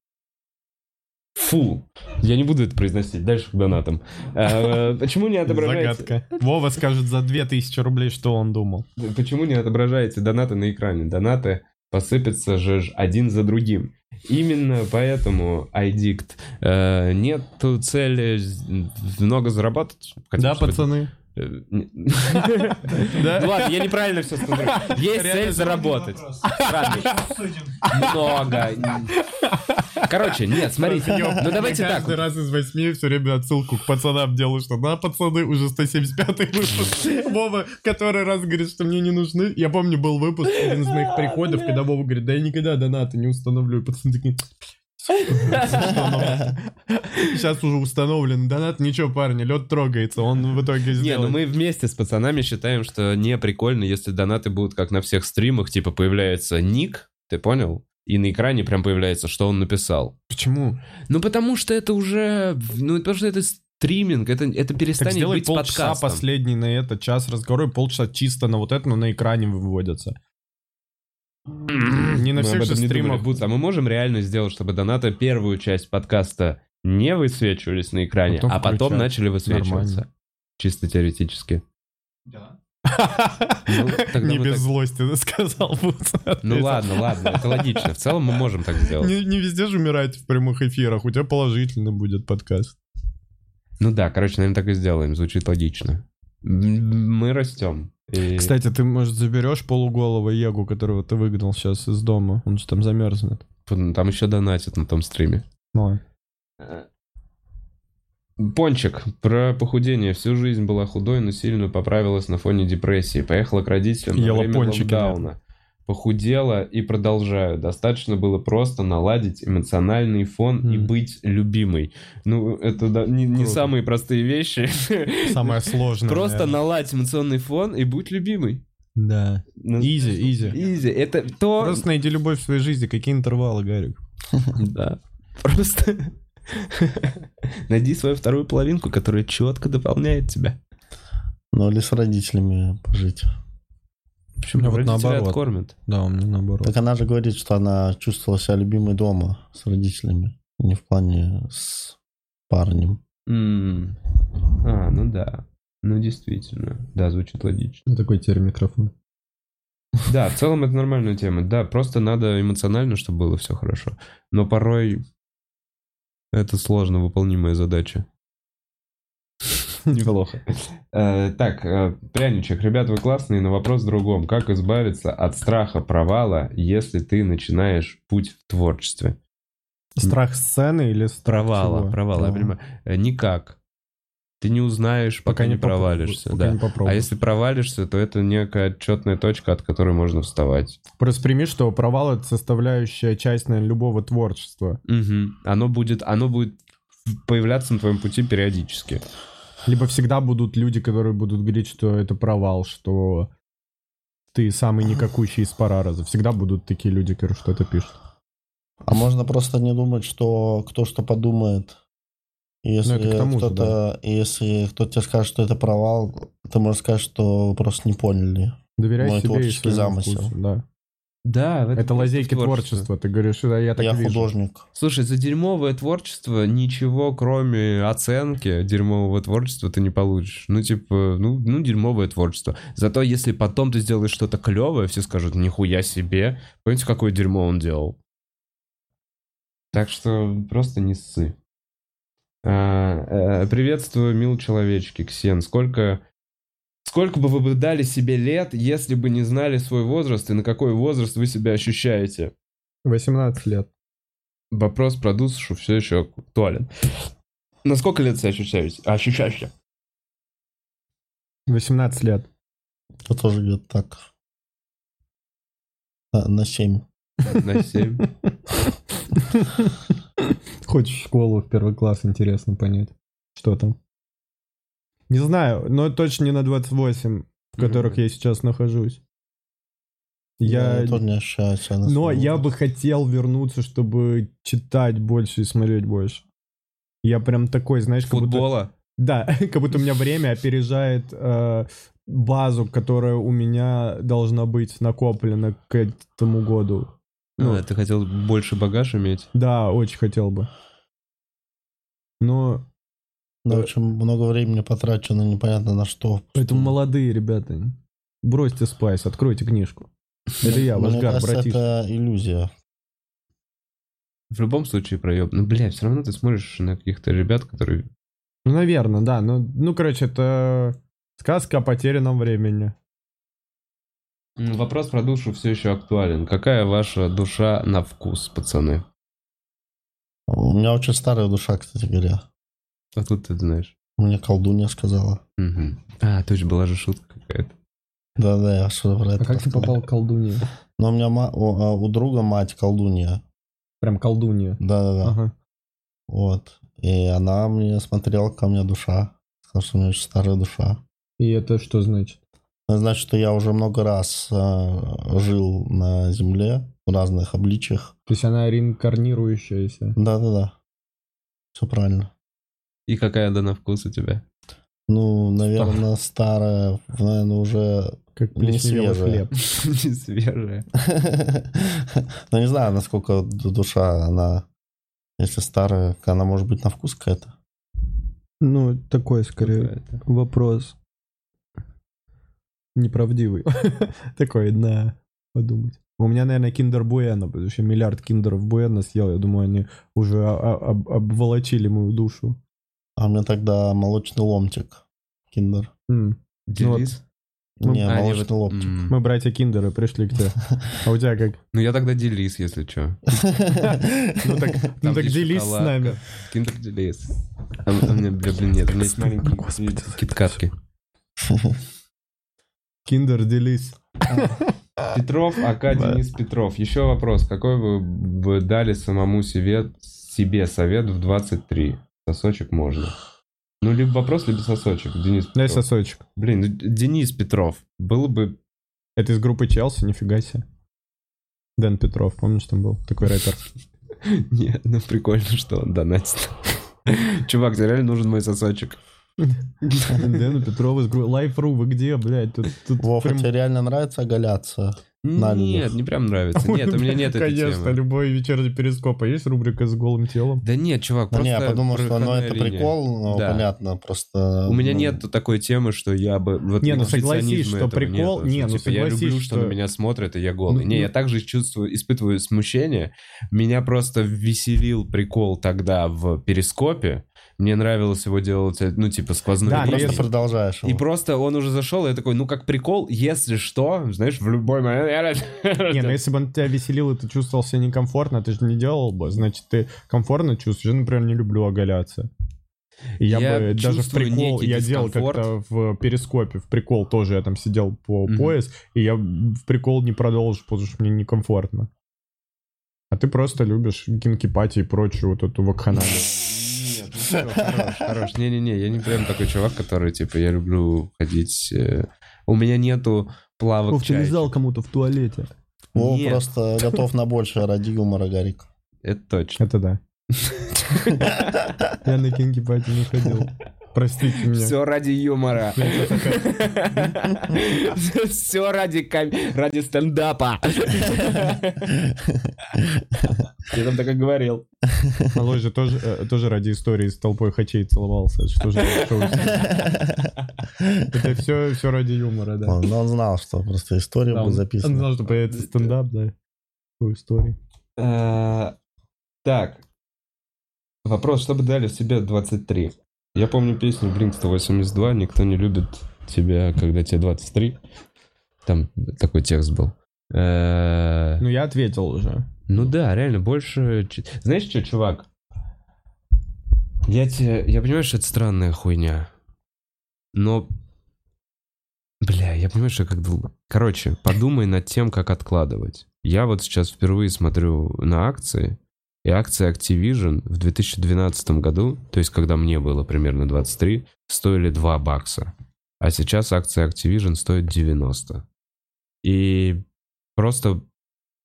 A: Фу, я не буду это произносить, дальше к донатам. А, Почему не отображаете,
B: Загадка. Вова скажет за 2000 рублей, что он думал.
A: почему не отображаете донаты на экране? Донаты посыпятся же ж один за другим. Именно поэтому iDict э, нету цели з- много заработать. хотя бы чтобы- Э, не-
B: Да?
A: Ну ладно, я неправильно все смотрю. Есть цель заработать. Странный. Много. Короче, нет, смотрите. Ну давайте так.
B: Каждый раз из восьми все время отсылку к пацанам делаю, что на пацаны уже 175 выпуск. Вова который раз говорит, что мне не нужны. Я помню, был выпуск, один из моих приходов, когда Вова говорит, да я никогда донаты не установлю. И пацаны такие... Сейчас уже установлен донат, ничего, парни, лед трогается, он в итоге
A: Не, ну
B: сделает.
A: мы вместе с пацанами считаем, что не прикольно, если донаты будут как на всех стримах, типа появляется ник, ты понял? И на экране прям появляется, что он написал.
B: Почему?
A: Ну потому что это уже, ну потому что это стриминг, это, это
B: Так
A: перестанет
B: сделай
A: быть
B: полчаса
A: подкастом.
B: последний на это, час разговора, и полчаса чисто на вот это, но на экране выводятся. Не
A: Мы
B: на
A: об
B: всех же
A: этом не думали.
B: стримах.
A: Будто, а мы можем реально сделать, чтобы донаты первую часть подкаста не высвечивались на экране,
E: Потом
A: а потом
E: включать.
A: начали высвечиваться.
E: Нормально.
A: Чисто теоретически. Ну, тогда
B: Не
A: мы
B: без
A: так-
B: злости сказал. Буца.
A: Ну ладно, ладно, это логично. В целом мы можем так сделать.
B: Не, не везде же умирает в прямых эфирах. У тебя положительно будет подкаст.
A: Ну да, короче, наверное, так и сделаем. Звучит логично. М, Мы растем. И-
B: Кстати, ты, может, заберешь полуголого Егу, которого ты выгнал сейчас из дома? Он же там замерзнет.
A: Фу, ну, там еще донатят на том стриме. Пончик. Про похудение. Всю жизнь была худой, но сильно поправилась на фоне депрессии. Поехала к родителям на
B: Ела
A: время
B: пончики, да.
A: локдауна. Похудела и продолжаю. Достаточно было просто наладить эмоциональный фон и
B: М.
A: быть любимой. Ну, это да- не, не
B: Круто.
A: самые простые вещи.
B: Самое сложное.
A: Просто наладь эмоционный фон и будь любимой.
B: Да.
A: Ну,
B: Изи, изи.
A: Изи. Это то...
B: Просто найди любовь в своей жизни. Какие интервалы, Гарик?
A: Да. Просто найди свою вторую половинку, которая четко дополняет тебя.
C: Ну или с родителями пожить.
A: Почему?
B: А вот наоборот.
A: тебя откормят.
B: Да, у меня наоборот.
C: Так она же говорит, что она чувствовала себя любимой дома с родителями. Не в плане с парнем.
A: М. М-м. А, ну да. Ну действительно. Да, звучит логично.
E: Ну, такой теперь микрофон.
A: Да, в целом это нормальная тема. Да, просто надо эмоционально, чтобы было все хорошо. Но порой это сложно выполнимая задача. Неплохо. Э, Так, э, пряничек, ребят, вы классные, но вопрос в другом. Как избавиться от страха провала, если ты начинаешь путь в творчестве?
B: Страх сцены или страх
A: Провала,
B: чего?
A: провала, я
B: Провала.
A: понимаю. Э, Никак. Ты не узнаешь, пока, не
B: поп-
A: провалишься.
B: Пока
A: да.
B: не попробую.
A: А если провалишься, то это некая отчетная точка, от которой можно вставать.
B: Просто прими, что провал — это составляющая часть, наверное, любого творчества.
A: Мгм. Оно будет, оно будет появляться на твоем пути периодически.
B: Либо всегда будут люди, которые будут говорить, что это провал, что ты самый никакущий из парараза. Всегда будут такие люди, которые что-то пишут.
C: А можно просто не думать, что кто что подумает. И Если
B: Ну, это к тому же,
C: кто-то, и если кто-то тебе скажет, что это провал, ты можешь сказать, что вы просто не поняли.
B: Доверяй
C: Мой
B: себе и
C: творческий
B: своему
C: замысел.
B: вкусу, да.
A: Да, в этом
B: Это
A: есть
B: лазейки
A: творчество.
B: творчества. Ты говоришь, да, я так
C: я
B: вижу.
C: художник.
A: Слушай, за дерьмовое творчество ничего, кроме оценки дерьмового творчества, ты не получишь. Ну, типа, ну, ну дерьмовое творчество. Зато если потом ты сделаешь что-то клевое, все скажут, нихуя себе. Помните, какое дерьмо он делал? Так что просто не ссы. А, э, Приветствую, мил человечки, Ксен. Сколько... Сколько бы вы бы дали себе лет, если бы не знали свой возраст и на какой возраст вы себя ощущаете?
E: 18 лет.
A: Вопрос про душу все еще актуален. На сколько лет себя ощущаете? Ощущаешься?
E: 18 лет.
C: Я тоже где-то так. На, на 7.
A: На 7.
E: Хочешь в школу, в первый класс, интересно понять, что там.
B: Не знаю, но точно не на 28, в которых я сейчас нахожусь. Я...
C: тоже не ощущаю себя на
B: Но
C: свой
B: я
C: возраст.
B: бы хотел вернуться, чтобы читать больше и смотреть больше. Я прям такой, знаешь, как будто...
A: Футбола.
B: Да, как будто у меня время опережает э, базу, которая у меня должна быть накоплена к этому году. Ну,
A: А, ты хотел больше багаж иметь?
B: Да, очень хотел бы. Но
C: Да, очень много времени потрачено непонятно на что.
B: поэтому молодые ребята, бросьте спайс, откройте книжку. Это я, ваш
E: Ну,
C: Мне
B: гад,
C: кажется,
B: братиш.
C: это иллюзия.
A: В любом случае проеб. Ну, бля, все равно ты смотришь на каких-то ребят, которые...
B: Ну, наверное, да. Ну, ну, короче, это сказка о потерянном времени.
A: М, Вопрос про душу все еще актуален. Какая ваша душа на вкус, пацаны?
C: У меня очень старая душа, кстати говоря.
A: Откуда А ты это знаешь?
C: Мне колдунья сказала.
A: Мгм. А, точно, была же шутка какая-то.
C: Да-да, я что про это
E: А как ты
C: рассказал.
E: попал к колдунье?
C: Но у меня ма- у, а, у друга мать колдунья.
E: Прям колдунье.
C: Да-да-да.
E: Ага.
C: Вот. И она мне смотрела, ко мне душа. Сказала, что у меня очень старая душа.
E: И это что значит?
C: Это значит, что я уже много раз э, жил на земле в разных обличиях.
E: То есть она реинкарнирующаяся.
C: Да-да-да. Все правильно.
A: И какая она на вкус у тебя?
C: Ну, наверное, старая, наверное, уже
G: Как
C: не
G: плесневелый
C: свежая.
G: хлеб.
A: Не свежее.
C: Ну, не знаю, насколько ду- душа она... Если старая, она может быть на вкус какая-то.
B: Ну, такой скорее
A: Ну
B: вопрос. Неправдивый. Такой, на подумать. У меня, наверное, киндер Буэна, потому что я миллиард киндеров Буэна съел. Я думаю, они уже а- а- об- обволочили мою душу.
C: А у меня тогда молочный ломтик. Киндер.
B: М.
A: Делис?
B: Ну,
C: Не,
A: А, не,
C: молочный
A: вот,
C: ломтик.
A: м.
B: Мы, братья киндеры, пришли к тебе. А у тебя как?
A: Ну я тогда делис, если что.
B: Ну так, ну
A: Там
B: так
A: где
B: делись с
A: шоколадка.
B: нами.
A: Киндер делис. А у меня, бля, блин, нет, у меня есть маленькие киткатки.
B: Киндер, делись.
A: Петров, АК Денис Петров. Еще вопрос. Какой вы бы дали самому себе, себе совет в 23? Сосочек можно. Ну, либо вопрос, либо сосочек. Денис
B: Дай
A: Петров.
B: сосочек.
A: Блин, ну, Денис Петров. Было бы...
B: Это из группы Челси, нифига себе. Дэн Петров, помнишь, там был такой рэпер?
A: Нет, ну прикольно, что он донатит. Чувак, тебе реально нужен мой сосочек.
B: Дэна Петрова из группы Life.ru, вы где, блядь? Тут, тут
C: Вова,
B: прям-
C: тебе реально нравится оголяться? На
A: Нет,
C: любовь.
A: не прям нравится. Нет, у меня нет этой
H: Конечно,
A: темы.
H: любой вечерний перископ. А есть рубрика с голым телом?
A: Да нет, чувак,
C: Да
A: просто...
C: не, я подумал, что ну
A: проходная
C: это
A: линия.
C: прикол, но
A: Да.
C: понятно, просто...
A: У меня
C: ну,
A: нет такой темы, что я бы... Вот
B: Не, ну
A: перфекционизма
B: согласись, что
A: этого
B: прикол-
A: нету,
B: не,
A: что,
B: ну
A: типа, Я люблю,
B: согласись,
A: что
B: что-
A: на меня смотрят, и я голый.
B: Ну,
A: Не,
B: ну-
A: я также чувствую, испытываю смущение. Меня просто веселил прикол тогда в Перископе. Мне нравилось его делать, ну, типа, сквозные
B: Да,
C: Ты
B: но
A: линии.
C: просто
B: если-
C: продолжаешь
A: И
C: его.
A: просто он уже зашел, и я такой, ну, как прикол, если что, знаешь, в любой момент... я-
B: Не, ну если бы он тебя веселил, и ты чувствовал себя некомфортно, ты же не делал бы. Значит, ты комфортно чувствуешь. Я, например, не люблю оголяться. И я,
A: Я
B: бы даже в
A: чувствую
B: прикол,
A: некий
B: я делал
A: дискомфорт.
B: как-то в перископе, в прикол тоже я там сидел по
A: Мгм.
B: пояс, и я в прикол не продолжу, потому что мне некомфортно. А ты просто любишь гинкипати и прочую вот эту вакханалию.
A: Нет, ну всё, хорош, хорош. Не-не-не, я не прям такой чувак, который, типа, я люблю ходить... э, У меня нету плавок
B: Ух, ты
A: чаек.
B: лизал кому-то в туалете.
C: Вова
A: Нет. ну
C: просто готов на большее ради юмора, Гарик.
A: Это точно.
B: Это да. Я на кингипати не ходил. Простите меня.
A: Все ради юмора. Все ради ком- ради стендапа. Я там так и говорил.
B: Малой же тоже, э, тоже ради истории с толпой хачей целовался. Что же это шоу? Это все, все ради юмора, да.
C: Он, но он знал, что просто история
B: Да,
C: будет
B: Он
C: записана.
B: знал, что появится стендап, да. Шоу истории.
A: Э, Так. Вопрос, что бы дали в себе 23? Я помню песню Blink-182 «Никто не любит тебя, когда тебе 23». Там такой текст был. Э,
B: Ну, я ответил уже.
A: Ну да, реально, больше... ч- Знаешь что, чувак? Я тебе... Я понимаю, что это странная хуйня. Но... Бля, я понимаю, что я как... долб- Короче, подумай над тем, как откладывать. Я вот сейчас впервые смотрю на акции. И акции Activision в 2012 году, то есть когда мне было примерно 23, стоили 2 бакса. А сейчас акция Activision стоит 90. И просто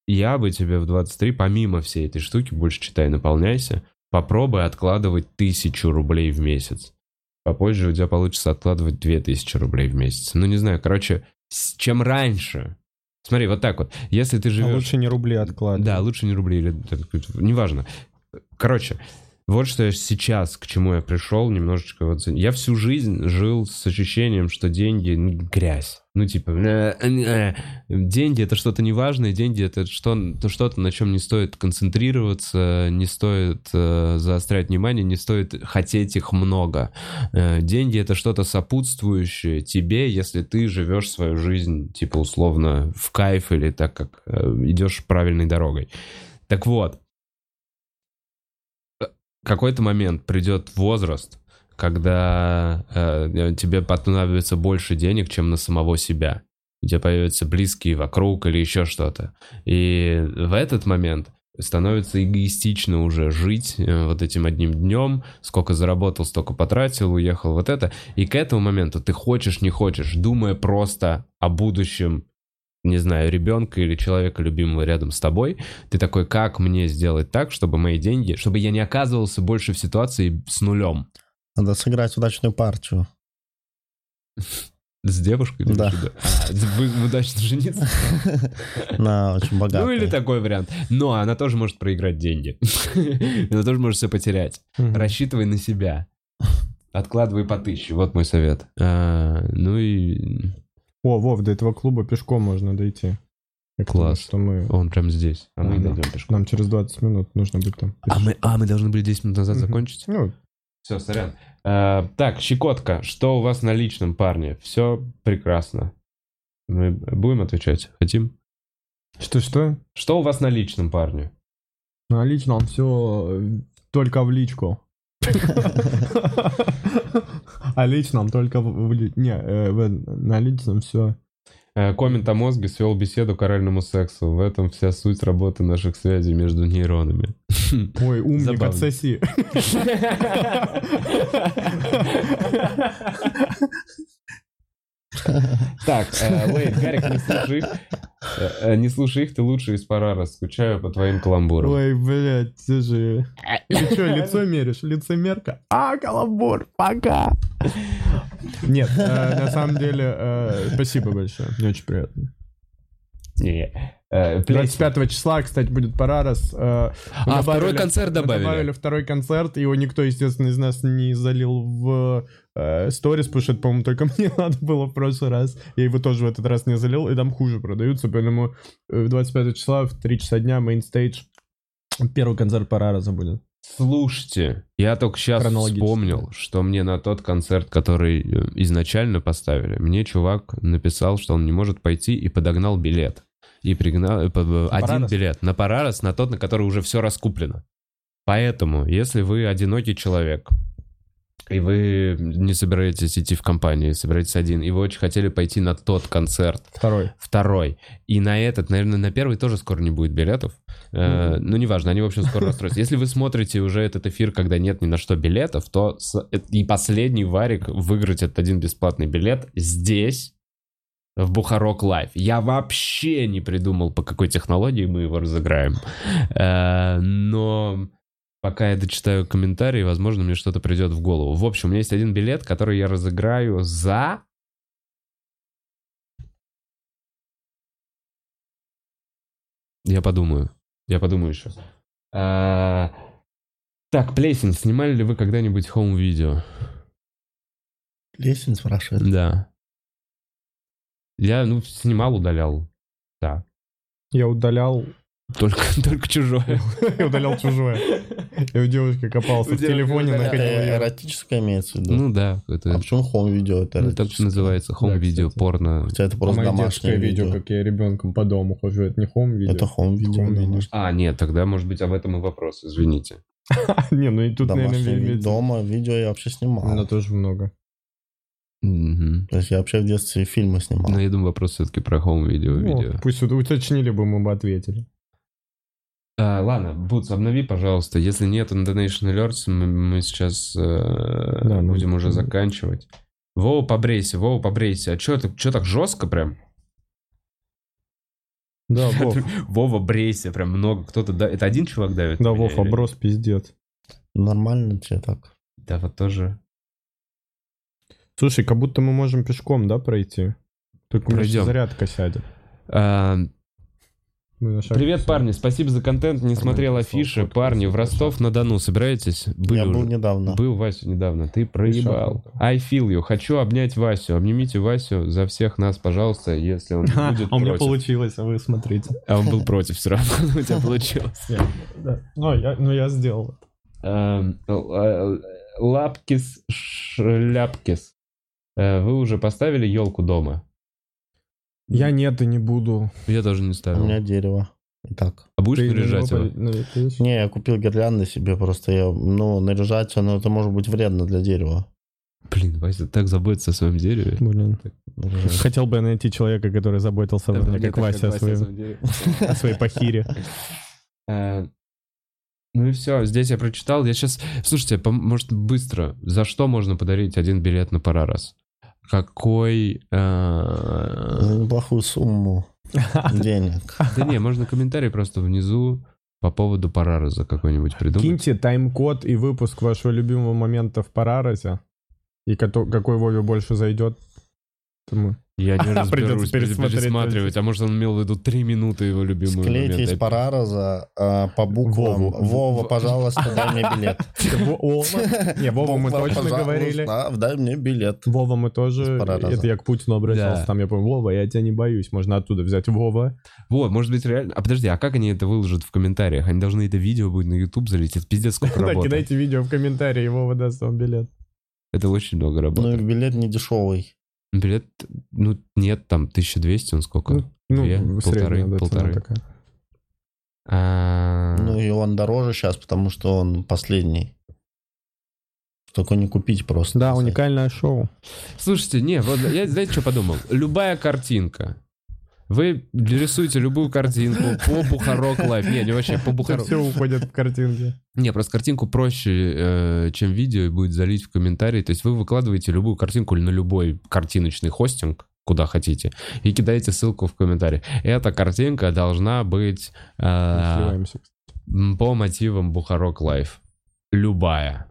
A: я бы тебе в 23, помимо всей этой штуки, больше читай, наполняйся, попробуй откладывать тысячу рублей в месяц. Попозже у тебя получится откладывать 2000 рублей в месяц. Ну, не знаю, короче, с чем раньше. Смотри, вот так вот. Если ты
B: А
A: живешь...
B: лучше не рубли откладывать.
A: Да, лучше не рубли или там какой-то- неважно. Короче, вот что я сейчас, к чему я пришел, немножечко вот... Я всю жизнь жил с ощущением, что деньги ну, грязь. Ну, типа, э, э, э. деньги это что-то неважное, деньги это что, то что-то, на чем не стоит концентрироваться, не стоит э, заострять внимание, не стоит хотеть их много. Э, деньги это что-то сопутствующее тебе, если ты живешь свою жизнь, типа, условно, в кайф или так, как э, идешь правильной дорогой. Так вот, э, какой-то момент придет возраст, когда э, тебе понадобится больше денег, чем на самого себя. У тебя появятся близкие вокруг или еще что-то. И в этот момент становится эгоистично уже жить э, вот этим одним днем, сколько заработал, столько потратил, уехал, вот это. И к этому моменту ты хочешь, не хочешь, думая просто о будущем, не знаю, ребенка или человека любимого рядом с тобой, ты такой, как мне сделать так, чтобы мои деньги, чтобы я не оказывался больше в ситуации с нулем.
C: Надо сыграть удачную партию.
A: С девушкой? или
C: Да.
A: что-то? А, Вы удачно жениться?
C: Она очень богатая.
A: Ну или такой вариант. Но она тоже может проиграть деньги. Она тоже может все потерять. Рассчитывай на себя. Откладывай по тысяче. Вот мой совет. А, Ну и
B: О, Вов, до этого клуба пешком можно дойти. Я
A: Класс.
B: думаю, что мы...
A: он прям здесь. А мы
B: Ага.
A: дойдем пешком.
B: Нам через 20 минут нужно быть там.
A: А мы, а, мы должны были 10 минут назад
B: Мгм.
A: закончить?
B: Ну,
A: Все, сорян. А, так, щекотка. Что у вас на личном, парне? Все прекрасно. Мы будем отвечать? Хотим?
B: что-что?
A: Что у вас на личном, парне?
B: На личном все э, только в личку. А личном только в... в ли- Не, э, в- на личном все.
A: Э, Коммент о мозге свел беседу к оральному сексу. В этом вся суть работы наших связей между нейронами.
B: Ой, умник,
A: Забавно.
B: отсоси.
A: Так, э, Лейд, Гарик, не слушай их. Э, э, Не слушай их, ты лучше из пора раз. Скучаю по твоим каламбурам.
B: Ой, блядь, ты же...
I: Ты что, лицо меришь? Лицемерка? А, каламбур, пока.
B: Нет, э, на самом деле, э, спасибо большое. Мне очень приятно.
A: Не, э, плесень.
B: 25 числа, кстати, будет пора раз. э, мы
A: А, второй
B: добавили-
A: концерт
B: мы
A: добавили.
B: добавили второй концерт, его никто, естественно, из нас не залил в э, сторис, потому что это, по-моему, только мне надо было в прошлый раз. Я его тоже в этот раз не залил, и там хуже продаются, поэтому э, 25 числа в 3 часа дня мейнстейдж первый концерт пора раза будет.
A: Слушайте, я только сейчас
B: Хронологически.
A: вспомнил, что мне на тот концерт, который э, изначально поставили, мне чувак написал, что он не может пойти и подогнал билет. И пригнал э, под- э, один
B: Парарас?
A: билет на Парарас, на тот, на который уже все раскуплено. Поэтому, если вы одинокий человек, и вы не собираетесь идти в компанию, собираетесь один, и вы очень хотели пойти на тот концерт,
B: Второй.
A: второй. И на этот, наверное, на первый тоже скоро не будет билетов. Э, Ну, неважно, они, в общем, скоро расстроятся. Если вы смотрите уже этот эфир, когда нет ни на что билетов, то с- э, и последний варик выиграть этот один бесплатный билет здесь, в Бухарок Лайф. Я вообще не придумал, по какой технологии мы его разыграем. Э, Но пока я дочитаю комментарии, возможно, мне что-то придет в голову. В общем, у меня есть один билет, который я разыграю за... Я подумаю. Я подумаю еще. А, Так, Плесень, снимали ли вы когда-нибудь хоум-видео?
C: Лесень спрашивает.
A: Да. Я, ну, снимал, удалял. Да.
B: Я удалял...
A: Только, только чужое.
B: Я удалял чужое. Я у девушки копался
A: У
B: в
A: девушки
B: телефоне,
A: удалял.
B: находил
C: Это
B: её.
C: эротическое имеется в виду.
A: Ну да,
C: а
A: это
C: почему хоум-видео это
A: ну, так
C: эротическое?
A: называется хоум-видео,
B: кстати.
A: порно.
C: Хотя это просто
B: Мое
C: домашнее
B: А детское видео,
C: видео.
B: как я ребенком по дому хожу, это не хом-видео.
C: Это хоум-видео,
B: Хом-видео.
C: конечно.
A: А, нет, тогда, может быть, об этом и вопрос, извините.
B: Не, ну и тут, наверное,
C: Домашнее ви-
B: видео. Ну,
C: дома видео я вообще снимал.
B: У меня тоже много.
A: Мгм.
C: То есть я вообще в детстве фильмы снимал.
A: Но Ну, я думаю, вопрос все-таки про хоум-видео.
B: Ну,
A: видео.
B: пусть вот уточнили бы, мы бы ответили.
A: А, ладно, Бутс, обнови, пожалуйста. Если нет на Donation Alerts, мы, мы сейчас э,
B: Да, ну,
A: будем уже
B: да.
A: заканчивать. Воу, побрейся, Воу, побрейся. А чё, ты, чё так жестко прям?
B: Да, Вов,
A: Вова, брейся, прям много. Кто-то да... Это один чувак давит? Э,
B: да,
A: меня
B: Вов,
A: или-
B: оброс пиздец.
C: Нормально тебе так.
A: Да, вот тоже.
B: Слушай, как будто мы можем пешком, да, пройти? Только у меня
A: Пройдем.
B: сейчас зарядка сядет.
A: А,
B: Мы на шаг
A: привет,
B: пошли.
A: парни, спасибо за контент. Не смотрел
B: прислал
A: афиши.
B: фотку,
A: Парни,
B: всё
A: в Ростов-на-Дону собираетесь? Были
C: я
A: уже?
C: был недавно.
A: Был Васю недавно, ты проебал. I feel you. Хочу обнять Васю. Обнимите Васю за всех нас, пожалуйста, если он не
B: А,
A: будет
B: а у меня
A: против.
B: получилось, а вы смотрите.
A: А он был против все равно, у тебя получилось.
B: Да. Ну, я, ну, я сделал.
A: Эм, л- э, Лапкис, шляпкис. Э, Вы уже поставили елку дома?
B: Я нет и не буду.
A: Я даже не
C: У меня
A: ставил.
C: дерево. И так.
A: А будешь
B: Ты ну, на
A: наряжать
B: него
A: его?
B: пол- налетишь?
C: Не, я купил гирлянды себе просто. Я, ну, наряжать, но это может быть вредно для дерева.
A: Блин, Вася так заботится о своем дереве.
B: Блин.
C: Наряжать.
B: Хотел бы я найти человека, который заботился обо мне,
A: Мне
B: как
A: так,
B: Вася о
A: Вася о
B: своем-
A: своем дереве.
B: о своей пахире.
A: Э, Ну и все, здесь я прочитал. Я сейчас, слушайте, пом- может быстро, за что можно подарить один билет на Парарас? Какой... э,
C: За неплохую сумму денег.
A: Да не, можно комментарий просто внизу по поводу Парараза какой-нибудь придумать.
B: Киньте тайм-код и выпуск вашего любимого момента в Парарасе. И кото- какой Вове больше зайдет, этому.
A: Я не разберусь,
B: придётся
A: пере-
B: пересмотреть.
A: пересматривать. А может, он имел в виду три минуты его любимого
C: Склеить из Парараза а, по буквам.
B: Вову.
C: Вова, пожалуйста, дай мне билет.
B: Не, Вова мы
C: Буква,
B: точно
C: пожалуйста,
B: говорили.
C: Дай мне билет.
B: Вова мы тоже,
C: Из Парараза.
B: это я к Путину обращался,
A: Да.
B: там я помню, Вова, я тебя не боюсь, можно оттуда взять Вова.
A: Вот, может быть, реально... А подожди, а как они это выложат в комментариях? Они должны это видео будет на YouTube залететь. Пиздец, сколько
B: Да,
A: работы.
B: кидайте видео в комментарии, Вова даст вам билет.
A: Это очень много
C: Ну и
A: работы.
C: билет не дешевый.
A: Билет, ну, нет, там 1200, он сколько?
C: Ну.
A: Две,
B: в
A: полторы,
B: среднем, Ну, да, цена
A: полторы.
B: такая.
A: А,
C: Ну и он дороже сейчас, потому что он последний. Только не купить просто.
B: Да, уникальное шоу.
A: Слушайте, не, вот я, знаете, что подумал? Любая картинка. Вы рисуете любую картинку по Бухарок Лайф. Не, не вообще, по Бухарок.
B: Все уходят в картинки.
A: Не, просто картинку проще, э, чем видео, и будет залить в комментарии. То есть вы выкладываете любую картинку на любой картиночный хостинг, куда хотите, и кидаете ссылку в комментарий. Эта картинка должна быть э,
B: Сливаемся.
A: м, по мотивам Бухарок Лайф. Любая.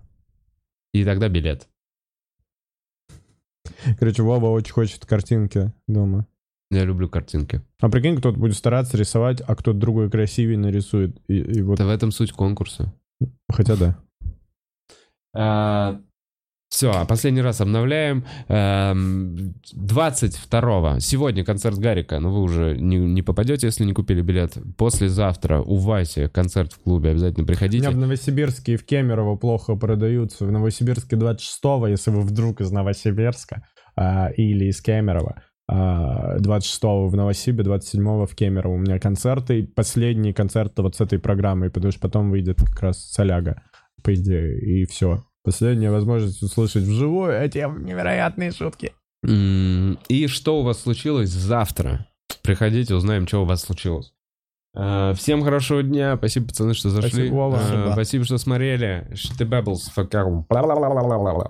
A: И тогда билет.
B: Короче, Вова очень хочет картинки дома.
A: Я люблю картинки.
B: А прикинь, кто-то будет стараться рисовать, а кто-то другой красивее нарисует. И, и вот,
A: Это в этом суть конкурса.
B: хотя да.
A: Все, Э, а последний раз обновляем. Эм, 22-го. Сегодня концерт Гарика, но вы уже не, не попадете, если не купили билет. Послезавтра у Васи концерт в клубе. Обязательно
B: У меня в
A: приходите.
B: Новосибирске и в Кемерово плохо продаются. В Новосибирске 26-го, если вы вдруг из Новосибирска а, или из Кемерово. а, 26-го в Новосибе, 27-го в Кемерово. У меня концерты, и последние концерты вот с этой программой, потому что потом выйдет как раз Соляга, по идее, и все. Последняя возможность услышать вживую эти невероятные шутки.
A: М, И что у вас случилось завтра? Приходите, узнаем, что у вас случилось. Э, Всем хорошего дня. Спасибо, пацаны, что зашли.
B: Спасибо, Вова.
A: Э,
C: Спасибо.
A: Спасибо, что смотрели. Ш- ты бэблс, факал. Бла-бла-бла-бла-бла-бла.